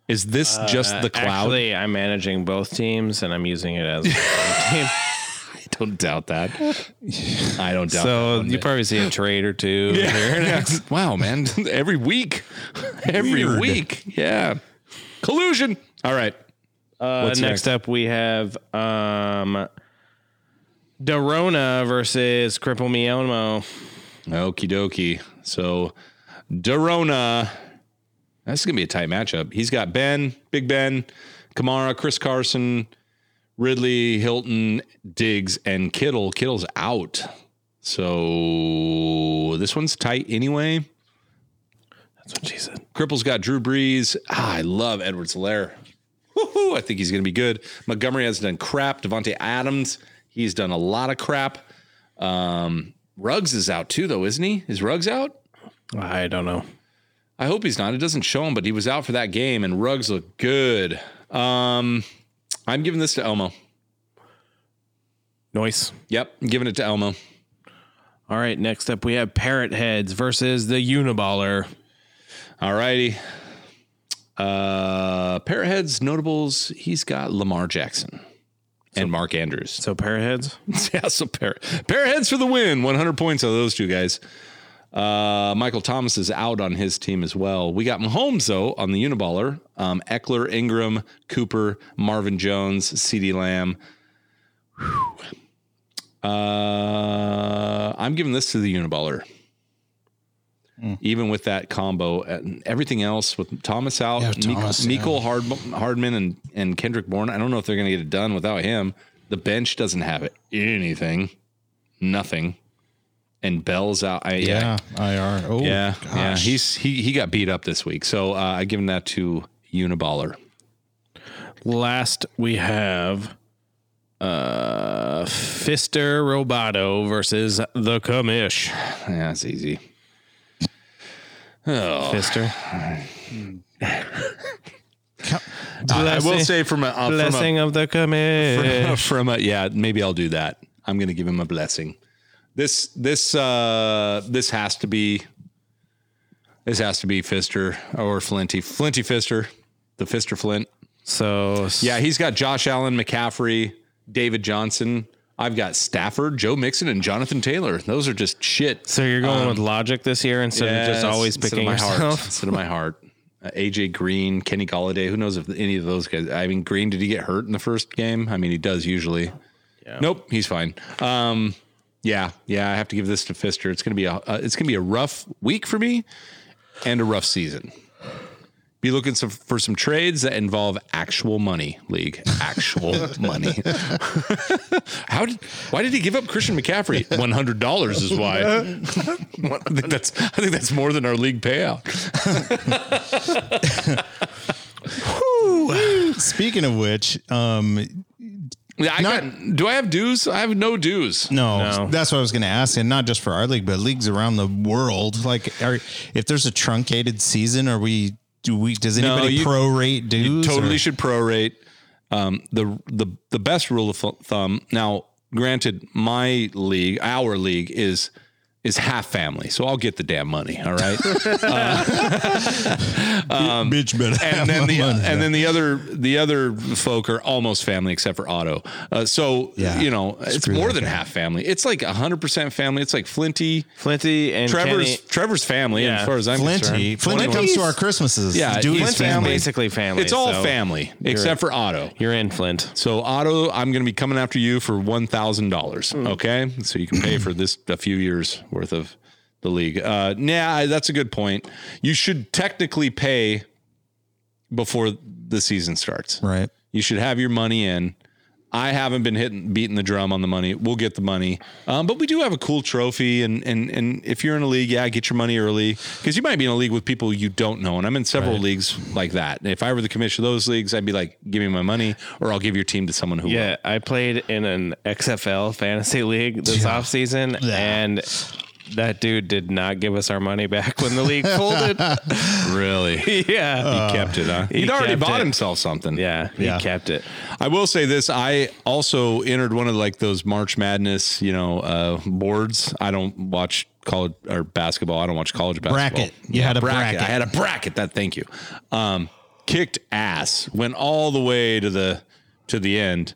Speaker 2: Is this just the cloud?
Speaker 3: Uh, Actually, I'm managing both teams and I'm using it
Speaker 2: (laughs)
Speaker 3: as one team.
Speaker 2: Don't doubt that. I don't doubt.
Speaker 3: So you probably see a trade
Speaker 2: (laughs)
Speaker 3: or two.
Speaker 2: that. wow, man! (laughs) Every week, every week, yeah. Collusion. All right.
Speaker 3: Uh, next, up, we have um, Darona versus Cripple Me Elmo.
Speaker 2: Okie dokie. So Dorona. That's going to be a tight matchup. He's got Ben, Big Ben, Kamara, Chris Carson, Ridley, Hilton, Diggs, and Kittle. Kittle's out. So this one's tight anyway.
Speaker 3: That's what she said.
Speaker 2: Cripple's got Drew Brees. Ah, I love Edward Solaire. Woohoo! I think he's going to be good. Montgomery has done crap. Devontae Adams, he's done a lot of crap. Um, Ruggs is out too, though, isn't he? Is Ruggs out?
Speaker 3: I don't know.
Speaker 2: I hope he's not. It doesn't show him, but he was out for that game, and Ruggs looked good. Um, I'm giving this to Elmo.
Speaker 3: Noise.
Speaker 2: Yep, I'm giving it to Elmo.
Speaker 3: All right, next up we have Parrot Heads versus the Uniballer.
Speaker 2: All righty. Uh, Parrotheads, notables. He's got Lamar Jackson and Mark Andrews.
Speaker 3: So Parrot Heads.
Speaker 2: (laughs) yeah, so pair, pair of heads for the win. 100 points out of those two guys. Uh, Michael Thomas is out on his team as well. We got Mahomes, though, on the Uniballer. Um, Eckler, Ingram, Cooper, Marvin Jones, CeeDee Lamb. Whew. Uh, I'm giving this to the Uniballer.
Speaker 4: Hmm.
Speaker 2: Even with that combo and everything else with Thomas out,
Speaker 4: Yeah,
Speaker 2: Mik-
Speaker 4: Thomas, yeah.
Speaker 2: Mikel Hard- Hardman and, and Kendrick Bourne, I don't know if they're going to get it done without him. The bench doesn't have it. Anything. Nothing. And Bell's out. I, yeah.
Speaker 4: Yeah, IR. Oh,
Speaker 2: Yeah, yeah.
Speaker 4: gosh.
Speaker 2: He's he he got beat up this week, so uh, I give him that to Uniballer.
Speaker 3: Last we have uh Fister Roboto versus the Commish.
Speaker 2: Yeah, it's easy. (laughs)
Speaker 3: Fister.
Speaker 2: I will
Speaker 3: Blessing-
Speaker 2: say from a uh,
Speaker 3: Blessing of the
Speaker 2: from a, (laughs)
Speaker 3: Commish.
Speaker 2: from a yeah, maybe I'll do that. I'm gonna give him a blessing. This this uh this has to be this has to be Fister or Flinty Flinty Fister, the Fister Flint.
Speaker 3: So
Speaker 2: Yeah, he's got Josh Allen, McCaffrey, David Johnson. I've got Stafford, Joe Mixon, and Jonathan Taylor. Those are just shit.
Speaker 3: So you're going with logic this year instead of just
Speaker 2: Um, Yes,
Speaker 3: always
Speaker 2: instead of
Speaker 3: picking
Speaker 2: my Heart, (laughs)
Speaker 3: yourself.
Speaker 2: instead of my heart. Uh, AJ Green, Kenny Galladay. Who knows if any of those guys? I mean, Green did he get hurt in the first game? I mean, he does usually. Nope, he's fine. Um, yeah, yeah. I have to give this to Fister. It's gonna be a uh, it's gonna be a rough week for me, and a rough season. Be looking some, for some trades that involve actual money, league actual (laughs) money. How did? Why did he give up Christian McCaffrey? One hundred dollars is why. I think that's. I think that's more than our league payout.
Speaker 4: Speaking of which, um,
Speaker 2: I got, do I have dues? I have no dues.
Speaker 4: no, that's what I was going to ask, and not just for our league, but leagues around the world. Like, are, if there's a truncated season, are we? Do we? Does
Speaker 2: No,
Speaker 4: anybody
Speaker 2: you-
Speaker 4: prorate dues?
Speaker 2: Totally
Speaker 4: or-
Speaker 2: should prorate. Um, the the the best rule of th- thumb. Now, granted, my league, our league is is half family, so I'll get the damn money. All right.
Speaker 4: bitch better have
Speaker 2: Um, and (laughs) then
Speaker 4: my
Speaker 2: the
Speaker 4: money.
Speaker 2: and then the other the other folk are almost family except for Otto. Uh, so
Speaker 4: Yeah.
Speaker 2: you know it's more than half family. It's like hundred percent family. It's like Flinty,
Speaker 3: Flinty and
Speaker 2: Trevor's
Speaker 3: Kenny-
Speaker 2: Trevor's family
Speaker 3: Yeah.
Speaker 2: as far as I'm
Speaker 4: Flinty,
Speaker 2: concerned.
Speaker 4: Flinty comes to our Christmases.
Speaker 2: Yeah,
Speaker 4: Dewey's
Speaker 2: Flint's
Speaker 4: family.
Speaker 3: basically family.
Speaker 2: It's all
Speaker 3: so
Speaker 2: family except for Otto.
Speaker 3: You're in Flint.
Speaker 2: So Otto, I'm going to be coming after you for one thousand dollars.
Speaker 3: Hmm.
Speaker 2: Okay, so you can pay for this a few years worth of the league. Uh, nah, I- that's a good point. You should technically pay before the season starts.
Speaker 4: Right.
Speaker 2: You should have your money in. I haven't been hitting beating the drum on the money. We'll get the money, um, but we do have a cool trophy. And and and if you're in a league, yeah, get your money early because you might be in a league with people you don't know. And I'm in several leagues like that. If I were the commissioner of those leagues, I'd be like, give me my money, or I'll give your team to someone who.
Speaker 3: Yeah, I played in an XFL fantasy league this off offseason, and that dude did not give us our money back when the league
Speaker 4: (laughs)
Speaker 3: folded.
Speaker 4: Uh,
Speaker 2: really
Speaker 3: (laughs) yeah,
Speaker 2: kept it. Huh?
Speaker 3: he
Speaker 2: He'd already
Speaker 3: kept
Speaker 2: bought
Speaker 3: it.
Speaker 2: himself something.
Speaker 3: yeah, he
Speaker 4: Yeah.
Speaker 3: kept it.
Speaker 2: I will say this: I also entered one of like those March Madness, you know, uh, boards. I don't watch college or basketball. I don't watch college basketball.
Speaker 4: Bracket. You had a bracket.
Speaker 2: I had a bracket. That. Thank you. Um, kicked ass. Went all the way to the to the end.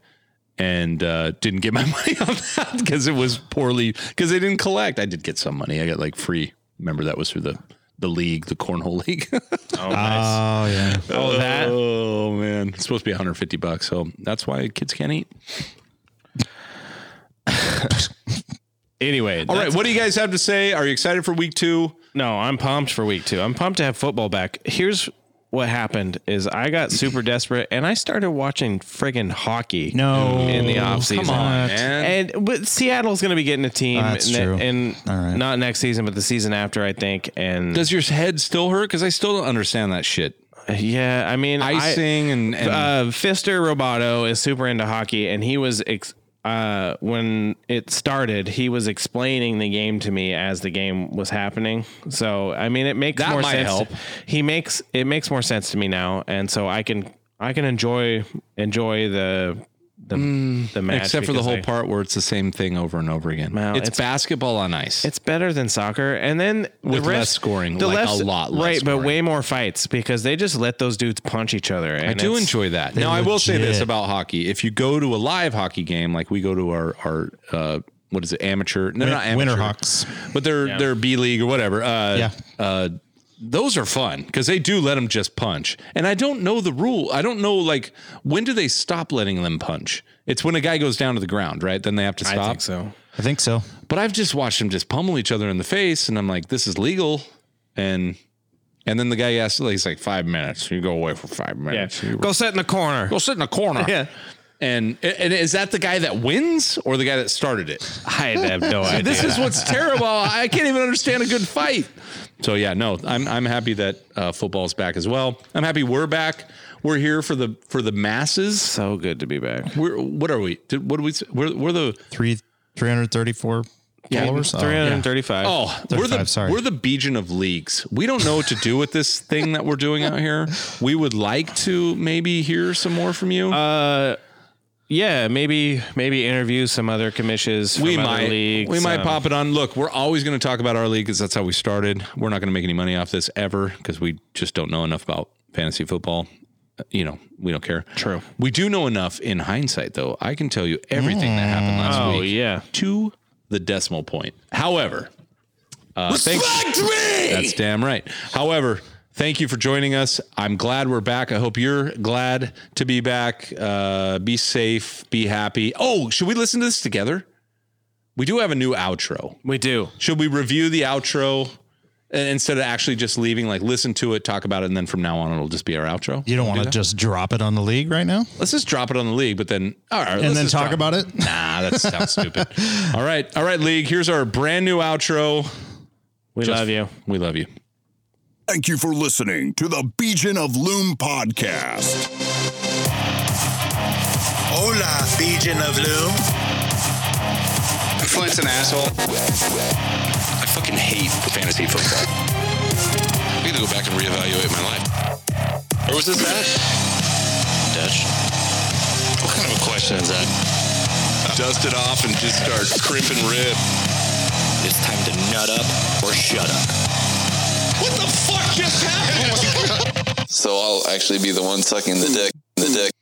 Speaker 2: And uh, didn't get my (laughs) money on that because it was poorly because they didn't collect. I did get some money. I got like free. Remember that was through the the league, the cornhole (laughs) league.
Speaker 3: Oh, nice.
Speaker 4: Oh yeah.
Speaker 3: oh that.
Speaker 2: Oh man, it's supposed to be 150 bucks, so that's why kids can't eat.
Speaker 3: Anyway,
Speaker 2: All right, what do you guys have to say? Are you excited for week two?
Speaker 3: No, I'm pumped for week two. I'm pumped to have football back. Here's what happened is I got super desperate and I started watching friggin' hockey.
Speaker 4: No,
Speaker 3: In the offseason.
Speaker 4: Come on, man.
Speaker 3: And but Seattle's going to be getting a team,
Speaker 4: That's
Speaker 3: ne-
Speaker 4: true.
Speaker 3: and
Speaker 4: All right.
Speaker 3: not next season, but the season after, I think. And
Speaker 2: Does your head still hurt? Because I still don't understand that shit.
Speaker 3: yeah, I mean, I-
Speaker 2: Icing and, and
Speaker 3: uh, Fister Roboto is super into hockey, and he was ex- uh, when it started, he was explaining the game to me as the game was happening. So I mean, it makes
Speaker 2: That
Speaker 3: more
Speaker 2: might
Speaker 3: sense.
Speaker 2: help.
Speaker 3: He makes it makes more sense to me now, and so I can I can enjoy enjoy the the the
Speaker 2: Mm,
Speaker 3: match.
Speaker 2: except for the
Speaker 3: because
Speaker 2: whole
Speaker 3: I-
Speaker 2: part where it's the same thing over and over again.
Speaker 3: Well,
Speaker 2: it's,
Speaker 3: it's-
Speaker 2: basketball on ice.
Speaker 3: It's better than soccer, and then the
Speaker 2: With
Speaker 3: refs-
Speaker 2: less scoring, like a lot less
Speaker 3: right? But
Speaker 2: scoring.
Speaker 3: way more fights because they just let those dudes punch each other. And
Speaker 2: I do
Speaker 3: it's-
Speaker 2: enjoy that. Now I will say this
Speaker 4: legit.
Speaker 2: about hockey: if you go to a live hockey game, like we go to our our uh, what is it, amateur? No, not amateur.
Speaker 4: Winterhawks.
Speaker 2: but they're they're B league or whatever. Uh,
Speaker 4: Yeah.
Speaker 2: Uh, those are fun because they do let them just punch, and I don't know the rule. I don't know like when do they stop letting them punch? It's when a guy goes down to the ground, right? Then they have to
Speaker 3: I
Speaker 2: stop.
Speaker 3: think so.
Speaker 4: I think so.
Speaker 2: But I've just watched them just pummel each other in the face, and I'm like, this is legal, and. And then the guy asks, like, he's like, five minutes. You go away for five
Speaker 3: Yeah,
Speaker 2: minutes. You
Speaker 3: go sit in the corner.
Speaker 2: Go sit in a corner.
Speaker 3: Yeah.
Speaker 2: And and is that the guy that wins or the guy that started it?
Speaker 3: (laughs) I have no idea.
Speaker 2: This is what's terrible. I can't even understand a good fight. So yeah, no, I'm I'm happy that uh, football's back as well. I'm happy we're back. We're here for the for the masses.
Speaker 3: so good to be back.
Speaker 2: We're what are we? Did, what do we? s- We're we're the
Speaker 4: Three three hundred thirty four followers. Oh, yeah.
Speaker 3: 335.
Speaker 2: oh we're the
Speaker 4: 35, sorry.
Speaker 2: we're the Bejan of leagues. We don't know what to do with
Speaker 3: (laughs)
Speaker 2: this thing that we're doing out here. We would like to maybe hear some more from you.
Speaker 3: Uh, Yeah, maybe maybe interview some other commissions from
Speaker 2: we
Speaker 3: other
Speaker 2: might
Speaker 3: leagues.
Speaker 2: we might
Speaker 3: um,
Speaker 2: pop it on. Look, we're always going to talk about our league because that's how we started. We're not going to make any money off this ever because we just don't know enough about fantasy football. Uh, You know, we don't care.
Speaker 3: True.
Speaker 2: We do know enough in hindsight, though. I can tell you everything that happened last
Speaker 3: Oh
Speaker 2: week
Speaker 3: yeah.
Speaker 2: to the decimal point. However, uh, thank- That's damn right. However, thank you for joining us. I'm glad we're back. I hope you're glad to be back. Uh, be safe. Be happy. Oh, should we listen to this together? We do have a new outro.
Speaker 3: We do.
Speaker 2: Should we review the outro and instead of actually just leaving? Like, listen to it, talk about it, and then from now on, it'll just be our outro.
Speaker 4: You don't want to just drop it on the league right now
Speaker 2: Let's just drop it on the league, but then all right,
Speaker 4: and then talk about it.
Speaker 2: Nah, that sounds stupid. All right, all right, league. Here's our brand new outro.
Speaker 3: We love you.
Speaker 2: We love you.
Speaker 1: Thank you for listening to the Legion of Loom podcast.
Speaker 6: Hola, Legion of Loom.
Speaker 8: Flint's an asshole. I fucking hate fantasy football. I need to go back and reevaluate my life. Where was this at? Dutch. What kind of a question is that?
Speaker 1: Dust it off and just start crimping rib.
Speaker 8: It's time to nut up or shut up.
Speaker 9: So I'll actually be the one sucking the dick, the dick.